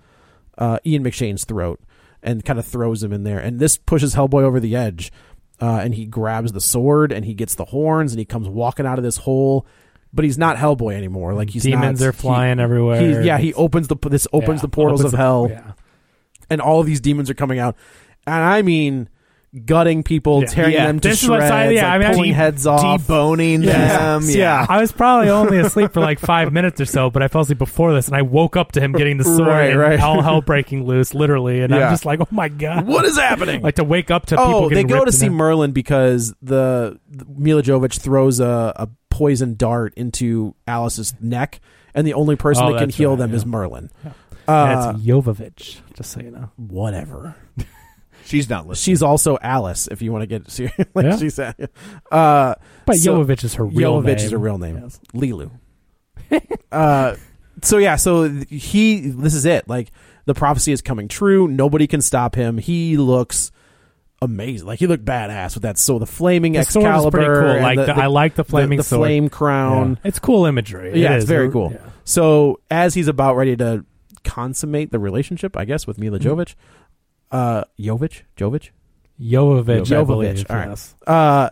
[SPEAKER 7] uh, Ian McShane's throat and kind of throws him in there. And this pushes Hellboy over the edge. Uh, and he grabs the sword and he gets the horns and he comes walking out of this hole. But he's not Hellboy anymore. Like he's
[SPEAKER 8] Demons
[SPEAKER 7] not-
[SPEAKER 8] are flying everywhere.
[SPEAKER 7] He, yeah, he opens the this opens
[SPEAKER 8] Yeah,
[SPEAKER 7] the portals
[SPEAKER 8] opens
[SPEAKER 7] of
[SPEAKER 8] the-
[SPEAKER 7] hell,
[SPEAKER 8] yeah.
[SPEAKER 7] and all of these demons are coming out. And I mean, gutting people,
[SPEAKER 8] Yeah.
[SPEAKER 7] tearing
[SPEAKER 6] Yeah.
[SPEAKER 7] them to
[SPEAKER 8] This is what
[SPEAKER 7] shreds,
[SPEAKER 8] I- yeah,
[SPEAKER 7] like
[SPEAKER 8] I mean, I-
[SPEAKER 7] pulling heads off.
[SPEAKER 6] deboning them. Yeah.
[SPEAKER 8] I was probably only asleep for like five minutes or so, but I fell asleep before this, and I woke up to him getting the sword
[SPEAKER 7] Right,
[SPEAKER 8] and
[SPEAKER 7] right.
[SPEAKER 8] all hell breaking loose, literally. And
[SPEAKER 7] Yeah.
[SPEAKER 8] I'm just like, oh my god,
[SPEAKER 7] What is happening?
[SPEAKER 8] Like to wake up to people.
[SPEAKER 7] oh, they
[SPEAKER 8] getting
[SPEAKER 7] go
[SPEAKER 8] ripped
[SPEAKER 7] to
[SPEAKER 8] in
[SPEAKER 7] see
[SPEAKER 8] half.
[SPEAKER 7] Merlin because the, the Mila Jovovich throws a, a poison dart into Alice's neck, and the only person
[SPEAKER 8] Oh,
[SPEAKER 7] that can
[SPEAKER 8] that's
[SPEAKER 7] heal
[SPEAKER 8] right,
[SPEAKER 7] them
[SPEAKER 8] yeah.
[SPEAKER 7] is Merlin. Uh,
[SPEAKER 8] That's Jovovich, just so you know.
[SPEAKER 7] Whatever.
[SPEAKER 6] She's not listening.
[SPEAKER 7] She's also Alice, if you want to get serious. like
[SPEAKER 8] Yeah.
[SPEAKER 7] she's, uh,
[SPEAKER 8] But
[SPEAKER 7] So-
[SPEAKER 8] Jovovich is her real
[SPEAKER 7] Yelovich
[SPEAKER 8] name.
[SPEAKER 7] is her real name. Lilu. uh, so yeah, so th- he. This is it. Like the prophecy is coming true. Nobody can stop him. He looks amazing. Like he looked badass with that. So the flaming
[SPEAKER 8] The sword is
[SPEAKER 7] Excalibur.
[SPEAKER 8] pretty cool.
[SPEAKER 7] and
[SPEAKER 8] Like, the- I like the flaming
[SPEAKER 7] the,
[SPEAKER 8] sword.
[SPEAKER 7] flame
[SPEAKER 8] Yeah.
[SPEAKER 7] crown.
[SPEAKER 8] It's cool imagery.
[SPEAKER 7] Yeah,
[SPEAKER 8] It
[SPEAKER 7] it's
[SPEAKER 8] is.
[SPEAKER 7] very
[SPEAKER 8] It-
[SPEAKER 7] cool.
[SPEAKER 8] yeah.
[SPEAKER 7] So as he's about ready to consummate the relationship, I guess with Mila Jovovich,
[SPEAKER 8] Mm-hmm.
[SPEAKER 7] uh, Jovovich, Jovovich,
[SPEAKER 8] Jovovich, I believe.
[SPEAKER 7] Jovovich, all right.
[SPEAKER 8] yes.
[SPEAKER 7] uh,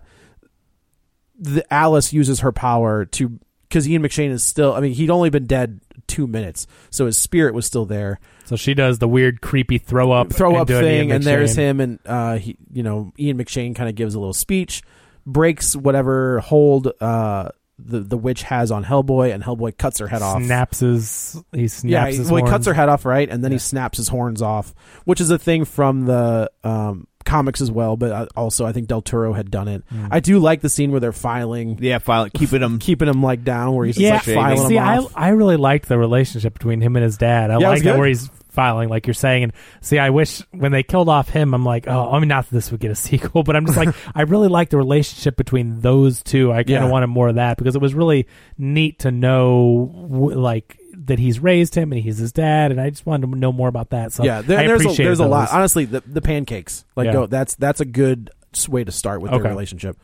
[SPEAKER 7] the Alice uses her power to because Ian McShane is still. I mean, he'd only been dead two minutes, so his spirit was still there.
[SPEAKER 8] So she does the weird, creepy throw up,
[SPEAKER 7] Throw
[SPEAKER 8] and
[SPEAKER 7] up
[SPEAKER 8] do an Ian
[SPEAKER 7] thing, and there's
[SPEAKER 8] McShane.
[SPEAKER 7] him, and uh, he, you know, Ian McShane kind of gives a little speech, breaks whatever hold uh, the the witch has on Hellboy, and Hellboy cuts her head off.
[SPEAKER 8] Snaps his. He snaps
[SPEAKER 7] Yeah, he,
[SPEAKER 8] his.
[SPEAKER 7] well, he
[SPEAKER 8] horns.
[SPEAKER 7] cuts her head off, right, and then he snaps his horns off, which is a thing from the um, comics as well. But uh, also, I think Del Toro had done it.
[SPEAKER 8] Mm.
[SPEAKER 7] I do like the scene where they're filing
[SPEAKER 6] yeah, filing, keeping them.
[SPEAKER 7] keeping him like down where he's just,
[SPEAKER 8] yeah,
[SPEAKER 7] like filing
[SPEAKER 8] see,
[SPEAKER 7] him
[SPEAKER 8] I
[SPEAKER 7] off.
[SPEAKER 8] I really liked the relationship between him and his dad. I
[SPEAKER 7] Yeah, it was
[SPEAKER 8] like that
[SPEAKER 7] good.
[SPEAKER 8] where he's filing, like you're saying. And see, I wish when they killed off him, I'm like, oh, I mean, not that this would get a sequel, but I'm just like, I really like the relationship between those two. I kind of
[SPEAKER 7] Yeah.
[SPEAKER 8] wanted more of that because it was really neat to know, w- like. That he's raised him and he's his dad, and I just wanted to know more about that. So
[SPEAKER 7] yeah, there-
[SPEAKER 8] I
[SPEAKER 7] there's a,
[SPEAKER 8] appreciated
[SPEAKER 7] there's a lot.
[SPEAKER 8] those.
[SPEAKER 7] Honestly, the the pancakes like
[SPEAKER 8] Yeah.
[SPEAKER 7] go. That's that's a good s- way to start with
[SPEAKER 8] Okay.
[SPEAKER 7] their relationship.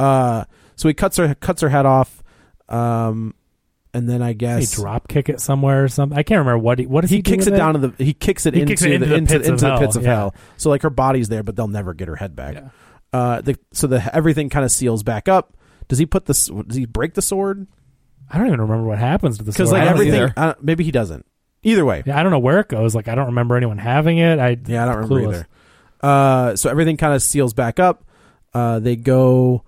[SPEAKER 7] Uh, so he cuts her cuts her head off, um, and then I
[SPEAKER 8] He
[SPEAKER 7] guess
[SPEAKER 8] drop kick it somewhere or something. I can't remember what he what does he,
[SPEAKER 7] he kicks
[SPEAKER 8] do
[SPEAKER 7] it
[SPEAKER 8] with
[SPEAKER 7] down to the he kicks it
[SPEAKER 8] He
[SPEAKER 7] into
[SPEAKER 8] kicks it into
[SPEAKER 7] the
[SPEAKER 8] the
[SPEAKER 7] into,
[SPEAKER 8] pits of
[SPEAKER 7] into the
[SPEAKER 8] hell,
[SPEAKER 7] pits of
[SPEAKER 8] yeah.
[SPEAKER 7] hell. So like her body's there, but they'll never get her head back. Uh, the, so the everything kind of seals back up. Does he put the s- Does he break the sword?
[SPEAKER 8] I don't even remember what happens to the
[SPEAKER 7] Because
[SPEAKER 8] sword.
[SPEAKER 7] like
[SPEAKER 8] I don't
[SPEAKER 7] everything,
[SPEAKER 6] either.
[SPEAKER 7] I don't- maybe he doesn't. Either way,
[SPEAKER 8] Yeah, I don't know where it goes. Like I don't remember anyone having it. I
[SPEAKER 7] Yeah, I don't remember
[SPEAKER 8] clueless.
[SPEAKER 7] either. Uh, so everything kind of seals back up. Uh, they go.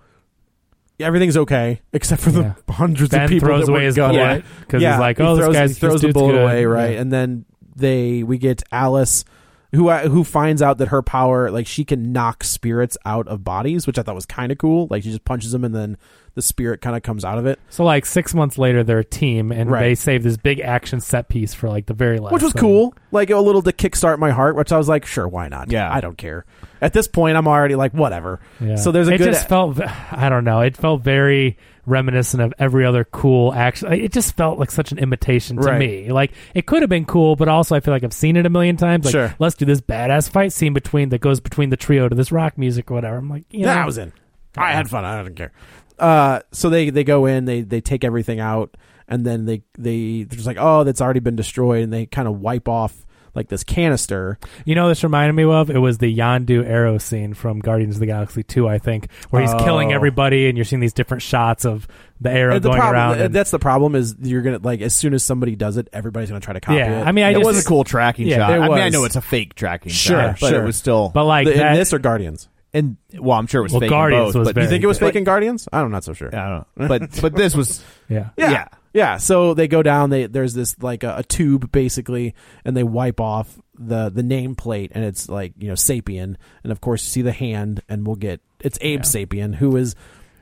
[SPEAKER 7] everything's okay except for the
[SPEAKER 8] Yeah.
[SPEAKER 7] hundreds
[SPEAKER 8] Ben
[SPEAKER 7] of people
[SPEAKER 8] throws
[SPEAKER 7] that
[SPEAKER 8] away
[SPEAKER 7] were
[SPEAKER 8] his
[SPEAKER 7] gutted.
[SPEAKER 8] bullet because
[SPEAKER 7] yeah,
[SPEAKER 8] he's like,
[SPEAKER 7] he
[SPEAKER 8] "Oh,
[SPEAKER 7] throws,
[SPEAKER 8] this guy's
[SPEAKER 7] he throws
[SPEAKER 8] this
[SPEAKER 7] the
[SPEAKER 8] dude's
[SPEAKER 7] bullet
[SPEAKER 8] good.
[SPEAKER 7] away, right?"
[SPEAKER 8] Yeah.
[SPEAKER 7] And then they we get Alice, who who finds out that her power, like she can knock spirits out of bodies, which I thought was kind of cool. Like she just punches them, and then the spirit kind of comes out of it,
[SPEAKER 8] So like six months later, they're a team, and
[SPEAKER 7] Right.
[SPEAKER 8] they save this big action set piece for like the very last,
[SPEAKER 7] which was
[SPEAKER 8] thing.
[SPEAKER 7] cool. Like a little to kickstart my heart, which I was like, "Sure, why not?"
[SPEAKER 6] Yeah.
[SPEAKER 7] I don't care. At this point, I'm already like, whatever.
[SPEAKER 8] Yeah.
[SPEAKER 7] So there's a
[SPEAKER 8] it
[SPEAKER 7] good. e-
[SPEAKER 8] just felt. v- I don't know. It felt very reminiscent of every other cool action. It just felt like such an imitation to
[SPEAKER 7] Right.
[SPEAKER 8] me. Like it could have been cool, but also I feel like I've seen it a million times. Like
[SPEAKER 7] Sure.
[SPEAKER 8] let's do this badass fight scene between that goes between the trio to this rock music or whatever. I'm like, you know,
[SPEAKER 7] That I was in. I had fun. I didn't care. Uh, so they they go in, they they take everything out, and then they they they're just like, oh, that's already been destroyed, and they kind of wipe off like this canister.
[SPEAKER 8] You know, what this reminded me of it was the Yondu arrow scene from Guardians of the Galaxy Two, I think, where he's killing
[SPEAKER 7] Oh.
[SPEAKER 8] everybody, and you're seeing these different shots of the arrow
[SPEAKER 7] And the
[SPEAKER 8] going
[SPEAKER 7] problem uh,
[SPEAKER 8] around.
[SPEAKER 7] th-
[SPEAKER 8] and-
[SPEAKER 7] that's the problem is you're gonna like as soon as somebody does it, everybody's gonna try to copy
[SPEAKER 8] Yeah,
[SPEAKER 7] it.
[SPEAKER 8] I mean, I
[SPEAKER 7] it
[SPEAKER 8] just-
[SPEAKER 6] was a cool tracking
[SPEAKER 8] Yeah,
[SPEAKER 6] shot.
[SPEAKER 8] it
[SPEAKER 6] I mean, I
[SPEAKER 7] was.
[SPEAKER 6] know it's a fake tracking
[SPEAKER 7] Sure,
[SPEAKER 6] shot, but
[SPEAKER 7] sure.
[SPEAKER 6] it was still.
[SPEAKER 8] but like
[SPEAKER 7] the,
[SPEAKER 8] that,
[SPEAKER 7] in this or Guardians.
[SPEAKER 6] and well, I'm sure it was
[SPEAKER 8] Well,
[SPEAKER 6] fake. in
[SPEAKER 8] Guardians
[SPEAKER 6] both,
[SPEAKER 8] was
[SPEAKER 6] but
[SPEAKER 8] very
[SPEAKER 7] You think it was
[SPEAKER 8] good.
[SPEAKER 7] fake in Guardians? I don't, I'm not so sure.
[SPEAKER 6] I don't know, but but this was
[SPEAKER 8] yeah.
[SPEAKER 7] Yeah.
[SPEAKER 6] Yeah.
[SPEAKER 7] yeah. So they go down. They there's this like a, a tube basically, and they wipe off the the nameplate, and it's like you know Sapien, and of course you see the hand, and we'll get it's Abe Sapien, who is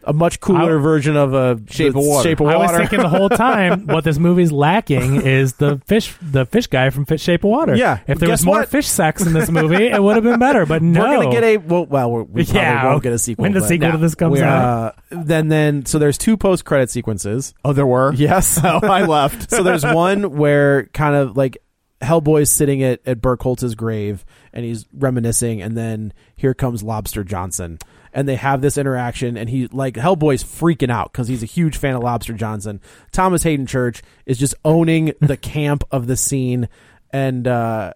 [SPEAKER 7] a much cooler
[SPEAKER 8] I-
[SPEAKER 7] version of a
[SPEAKER 6] Shape
[SPEAKER 7] the
[SPEAKER 6] of Water.
[SPEAKER 7] Shape of
[SPEAKER 8] I was
[SPEAKER 7] Water.
[SPEAKER 8] thinking the whole time what this movie's lacking is the fish, the fish guy from Fish Shape of Water.
[SPEAKER 7] Yeah.
[SPEAKER 8] if there
[SPEAKER 7] Guess
[SPEAKER 8] was more
[SPEAKER 7] what?
[SPEAKER 8] fish sex in this movie, it would have been better. But no,
[SPEAKER 7] We're gonna get a well. well we're, we probably
[SPEAKER 8] Yeah.
[SPEAKER 7] won't get a sequel.
[SPEAKER 8] When the
[SPEAKER 7] but-
[SPEAKER 8] sequel to this comes
[SPEAKER 7] We're,
[SPEAKER 8] out.
[SPEAKER 7] uh, then then so there's two post credit sequences.
[SPEAKER 6] oh, there were
[SPEAKER 7] Yes.
[SPEAKER 6] Oh, I left.
[SPEAKER 7] so there's one where kind of like Hellboy's sitting at, at Burkholtz's grave and he's reminiscing, and then here comes Lobster Johnson. And they have this interaction, and he like Hellboy's freaking out because he's a huge fan of Lobster Johnson. Thomas Hayden Church is just owning the camp of the scene, and uh,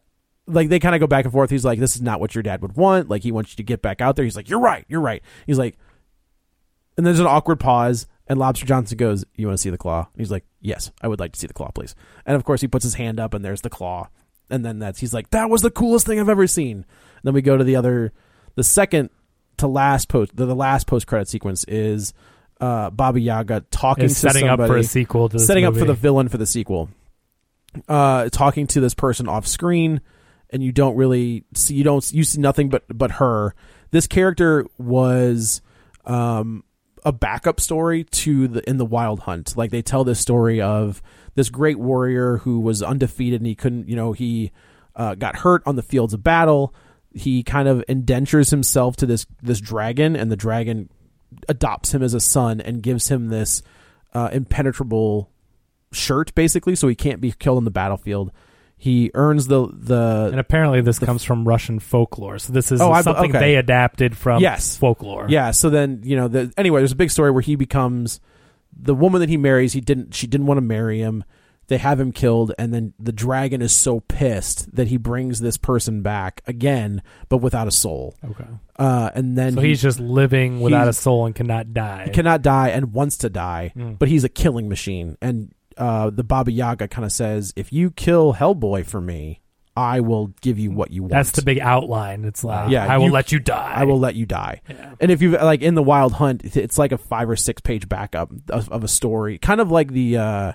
[SPEAKER 7] like they kind of go back and forth. He's like, "This is not what your dad would want." Like he wants you to get back out there. He's like, "You're right, you're right." He's like, and there's an awkward pause, and Lobster Johnson goes, "You want to see the claw?" And he's like, "Yes, I would like to see the claw, please." And of course, he puts his hand up, and there's the claw. And then that's he's like, "That was the coolest thing I've ever seen." And then we go to the other, the second to last post, the, the last post credit sequence is uh, Baba Yaga talking
[SPEAKER 8] Is
[SPEAKER 7] to
[SPEAKER 8] setting up for
[SPEAKER 7] somebody-
[SPEAKER 8] a sequel to this
[SPEAKER 7] setting up for
[SPEAKER 8] movie.
[SPEAKER 7] the villain for the sequel. Uh, talking to this person off screen, and you don't really see you don't you see nothing but but her. This character was um, a backup story to the in the Wild Hunt. Like they tell this story of this great warrior who was undefeated and he couldn't, you know, he uh, got hurt on the fields of battle. He kind of indentures himself to this this dragon, and the dragon adopts him as a son and gives him this uh, impenetrable shirt, basically, so he can't be killed on the battlefield. He earns the the
[SPEAKER 8] and apparently this comes from Russian folklore. So this is
[SPEAKER 7] Oh, I-
[SPEAKER 8] something
[SPEAKER 7] okay.
[SPEAKER 8] they adapted from
[SPEAKER 7] Yes.
[SPEAKER 8] folklore.
[SPEAKER 7] Yeah. So then you know the anyway, there's a big story where he becomes the woman that he marries. He didn't. She didn't want to marry him. They have him killed, and then the dragon is so pissed that he brings this person back again, but without a soul.
[SPEAKER 8] Okay.
[SPEAKER 7] Uh, and then
[SPEAKER 8] So
[SPEAKER 7] he
[SPEAKER 8] he's just living without a
[SPEAKER 7] he's-
[SPEAKER 8] soul and cannot die.
[SPEAKER 7] cannot die and wants to die,
[SPEAKER 8] Mm.
[SPEAKER 7] but he's a killing machine. And uh, the Baba Yaga kind of says, "If you kill Hellboy for me, I will give you what you want."
[SPEAKER 8] That's the big outline. It's like,
[SPEAKER 7] Yeah,
[SPEAKER 8] I will
[SPEAKER 7] you-
[SPEAKER 8] let you die.
[SPEAKER 7] I will let you die. And if you have like in the Wild Hunt, it's like a five or six page backup of, of a story, kind of like the uh,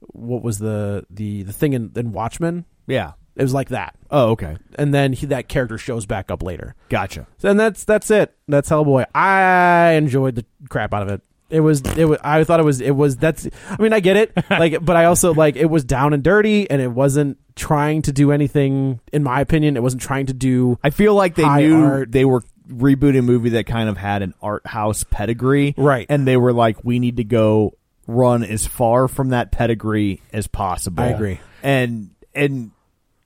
[SPEAKER 7] what was the the the thing in, in Watchmen?
[SPEAKER 6] yeah.
[SPEAKER 7] It was like that,
[SPEAKER 6] Oh, okay.
[SPEAKER 7] and then he, that character shows back up later.
[SPEAKER 6] Gotcha.
[SPEAKER 7] So, and that's that's it. That's Hellboy. I enjoyed the crap out of it. It was it was I thought it was it was that's I mean I get it like but I also like it was down and dirty and it wasn't trying to do anything in my opinion it wasn't trying to do
[SPEAKER 6] I feel like they
[SPEAKER 7] High
[SPEAKER 6] knew
[SPEAKER 7] art.
[SPEAKER 6] they were rebooting a movie that kind of had an art house pedigree,
[SPEAKER 7] Right.
[SPEAKER 6] And they were like, we need to go run as far from that pedigree as possible.
[SPEAKER 7] I agree.
[SPEAKER 6] and and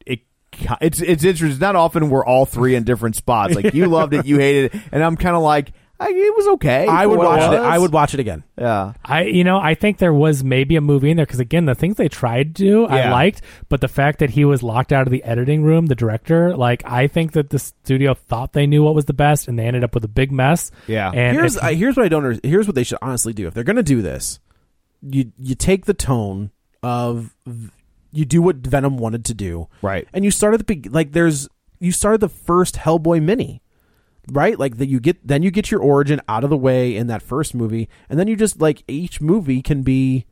[SPEAKER 6] it ki- it's it's interesting. It's not often we're all three in different spots. Like you loved it, you hated it, and I'm kind of like, I, it was okay.
[SPEAKER 7] I
[SPEAKER 6] for
[SPEAKER 7] would
[SPEAKER 6] what
[SPEAKER 7] watch it
[SPEAKER 6] was.
[SPEAKER 7] I would watch it again
[SPEAKER 6] Yeah,
[SPEAKER 8] I you know I think there was maybe a movie in there because again the things they tried to do I
[SPEAKER 6] Yeah.
[SPEAKER 8] liked but the fact that he was locked out of the editing room the director like I think that the studio thought they knew what was the best and they ended up with a big mess
[SPEAKER 6] Yeah.
[SPEAKER 8] and
[SPEAKER 7] here's
[SPEAKER 6] uh,
[SPEAKER 8] if-
[SPEAKER 7] I, here's what I don't under- here's what they should honestly do if they're gonna do this. You you take the tone of you do what Venom wanted to do,
[SPEAKER 6] Right.
[SPEAKER 7] And you start at the be- like there's you start the first Hellboy mini. right like that you get then you get your origin out of the way in that first movie and then you just like each movie can be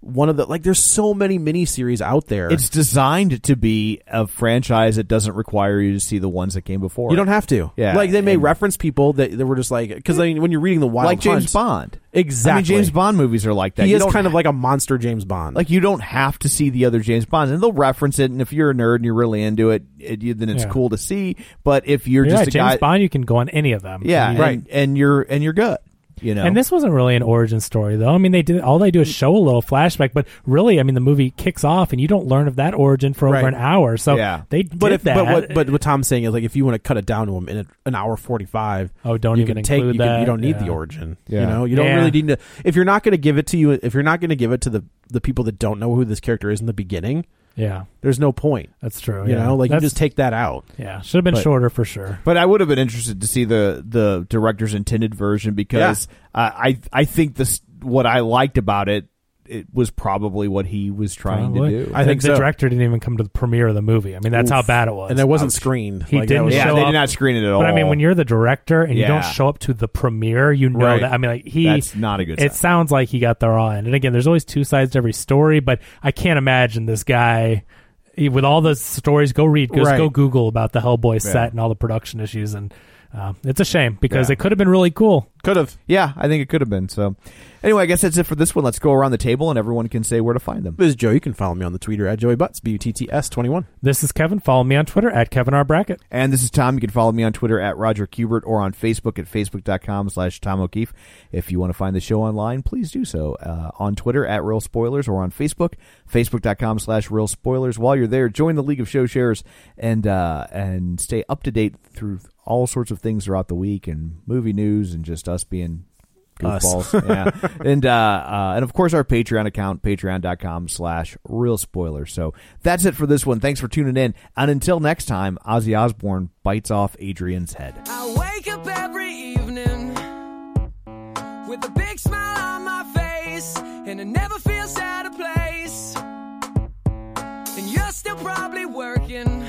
[SPEAKER 7] one of the like there's so many miniseries out there
[SPEAKER 6] It's designed to be a franchise that doesn't require you to see the ones that came before.
[SPEAKER 7] you don't have to
[SPEAKER 6] Yeah,
[SPEAKER 7] like they may
[SPEAKER 6] and-
[SPEAKER 7] reference people that, that were just like because i mean when you're reading the wild
[SPEAKER 6] like James
[SPEAKER 7] Hunt-
[SPEAKER 6] Bond. I
[SPEAKER 7] Exactly.
[SPEAKER 6] mean, James Bond movies are like that.
[SPEAKER 7] he
[SPEAKER 6] You
[SPEAKER 7] is
[SPEAKER 6] don't
[SPEAKER 7] kind of
[SPEAKER 6] ha-
[SPEAKER 7] like a monster james bond
[SPEAKER 6] like you don't have to see the other James Bonds, and they'll reference it. And if you're a nerd and you're really into it, it you- then it's
[SPEAKER 8] Yeah.
[SPEAKER 6] cool to see. But if you're
[SPEAKER 8] Yeah,
[SPEAKER 6] just a
[SPEAKER 8] James
[SPEAKER 6] guy,
[SPEAKER 8] Bond, you can go on any of them.
[SPEAKER 6] yeah,
[SPEAKER 8] And-
[SPEAKER 6] and- and, you're and you're good. You know,
[SPEAKER 8] And this wasn't really an origin story, though. I mean, they did all they do is show a little flashback, but really, I mean, the movie kicks off, and you don't learn of that origin for over
[SPEAKER 7] Right.
[SPEAKER 8] an hour. So
[SPEAKER 6] Yeah.
[SPEAKER 8] they
[SPEAKER 7] but
[SPEAKER 8] did
[SPEAKER 7] if
[SPEAKER 8] that.
[SPEAKER 7] but what but what tom's saying is like if you want to cut it down to a minute an hour 45
[SPEAKER 8] Oh, don't
[SPEAKER 7] you
[SPEAKER 8] even
[SPEAKER 7] can take you,
[SPEAKER 8] include
[SPEAKER 7] can- you
[SPEAKER 8] that.
[SPEAKER 7] don't need the
[SPEAKER 8] Yeah.
[SPEAKER 7] origin you
[SPEAKER 6] Yeah.
[SPEAKER 7] know you don't
[SPEAKER 8] Yeah.
[SPEAKER 7] really need to if you're not going to give it to you if you're not going to give it to the the people that don't know who this character is in the beginning
[SPEAKER 8] yeah,
[SPEAKER 7] there's no point
[SPEAKER 8] that's true.
[SPEAKER 7] you
[SPEAKER 8] Oh, yeah.
[SPEAKER 7] know like
[SPEAKER 8] That's-
[SPEAKER 7] you just take that out
[SPEAKER 8] yeah, should have been
[SPEAKER 6] But-
[SPEAKER 8] shorter for sure.
[SPEAKER 6] But I would have been interested to see the the director's intended version because uh, I I think this what I liked about it it was probably what he was trying
[SPEAKER 8] Probably.
[SPEAKER 6] to do.
[SPEAKER 7] I think
[SPEAKER 8] the
[SPEAKER 7] so.
[SPEAKER 8] director didn't even come to the premiere of the movie. I mean, that's how
[SPEAKER 7] Oof.
[SPEAKER 8] bad it was.
[SPEAKER 7] and it wasn't screened
[SPEAKER 8] He
[SPEAKER 7] that
[SPEAKER 8] didn't
[SPEAKER 7] was-
[SPEAKER 6] yeah,
[SPEAKER 8] show
[SPEAKER 6] they
[SPEAKER 8] up-
[SPEAKER 6] did not screen it at all.
[SPEAKER 8] But I mean, when you're the director and you
[SPEAKER 6] Yeah.
[SPEAKER 8] don't show up to the premiere, you know
[SPEAKER 6] Right.
[SPEAKER 8] that. I mean, like he,
[SPEAKER 6] That's not a good sign.
[SPEAKER 8] It sounds like he got the raw end. And again, there's always two sides to every story, but I can't imagine this guy he- with all the stories. Go read, go,
[SPEAKER 7] Right.
[SPEAKER 8] go Google about the Hellboy
[SPEAKER 6] Yeah.
[SPEAKER 8] set and all the production issues, and uh, it's a shame because
[SPEAKER 6] Yeah.
[SPEAKER 8] it could have been really cool.
[SPEAKER 6] could have, yeah, I think it could have been. So anyway, I guess that's it for this one. Let's go around the table and everyone can say where to find them.
[SPEAKER 7] This is Joe. You can follow me on the Twitter at Joey Butts, B U T T S 21.
[SPEAKER 8] This is Kevin. Follow me on Twitter at Kevin R Brackett.
[SPEAKER 6] And this is Tom. You can follow me on Twitter at Roger Kubert or on Facebook at facebook.com slash Tom O'Keefe. If you want to find the show online, please do so uh, on Twitter at Real Spoilers or on Facebook, facebook.com slash Real Spoilers. While you're there, join the League of Show Sharers and, uh, and stay up to date through all sorts of things throughout the week and movie news and just us being
[SPEAKER 7] Us.
[SPEAKER 6] goofballs. yeah. And, uh, uh, and of course, our Patreon account, patreon.com slash Real Spoilers. So that's it for this one. Thanks for tuning in. And until next time, Ozzy Osbourne bites off Adrian's head.
[SPEAKER 9] I wake up every evening with a big smile on my face, and I never feels out of place. And you're still probably working,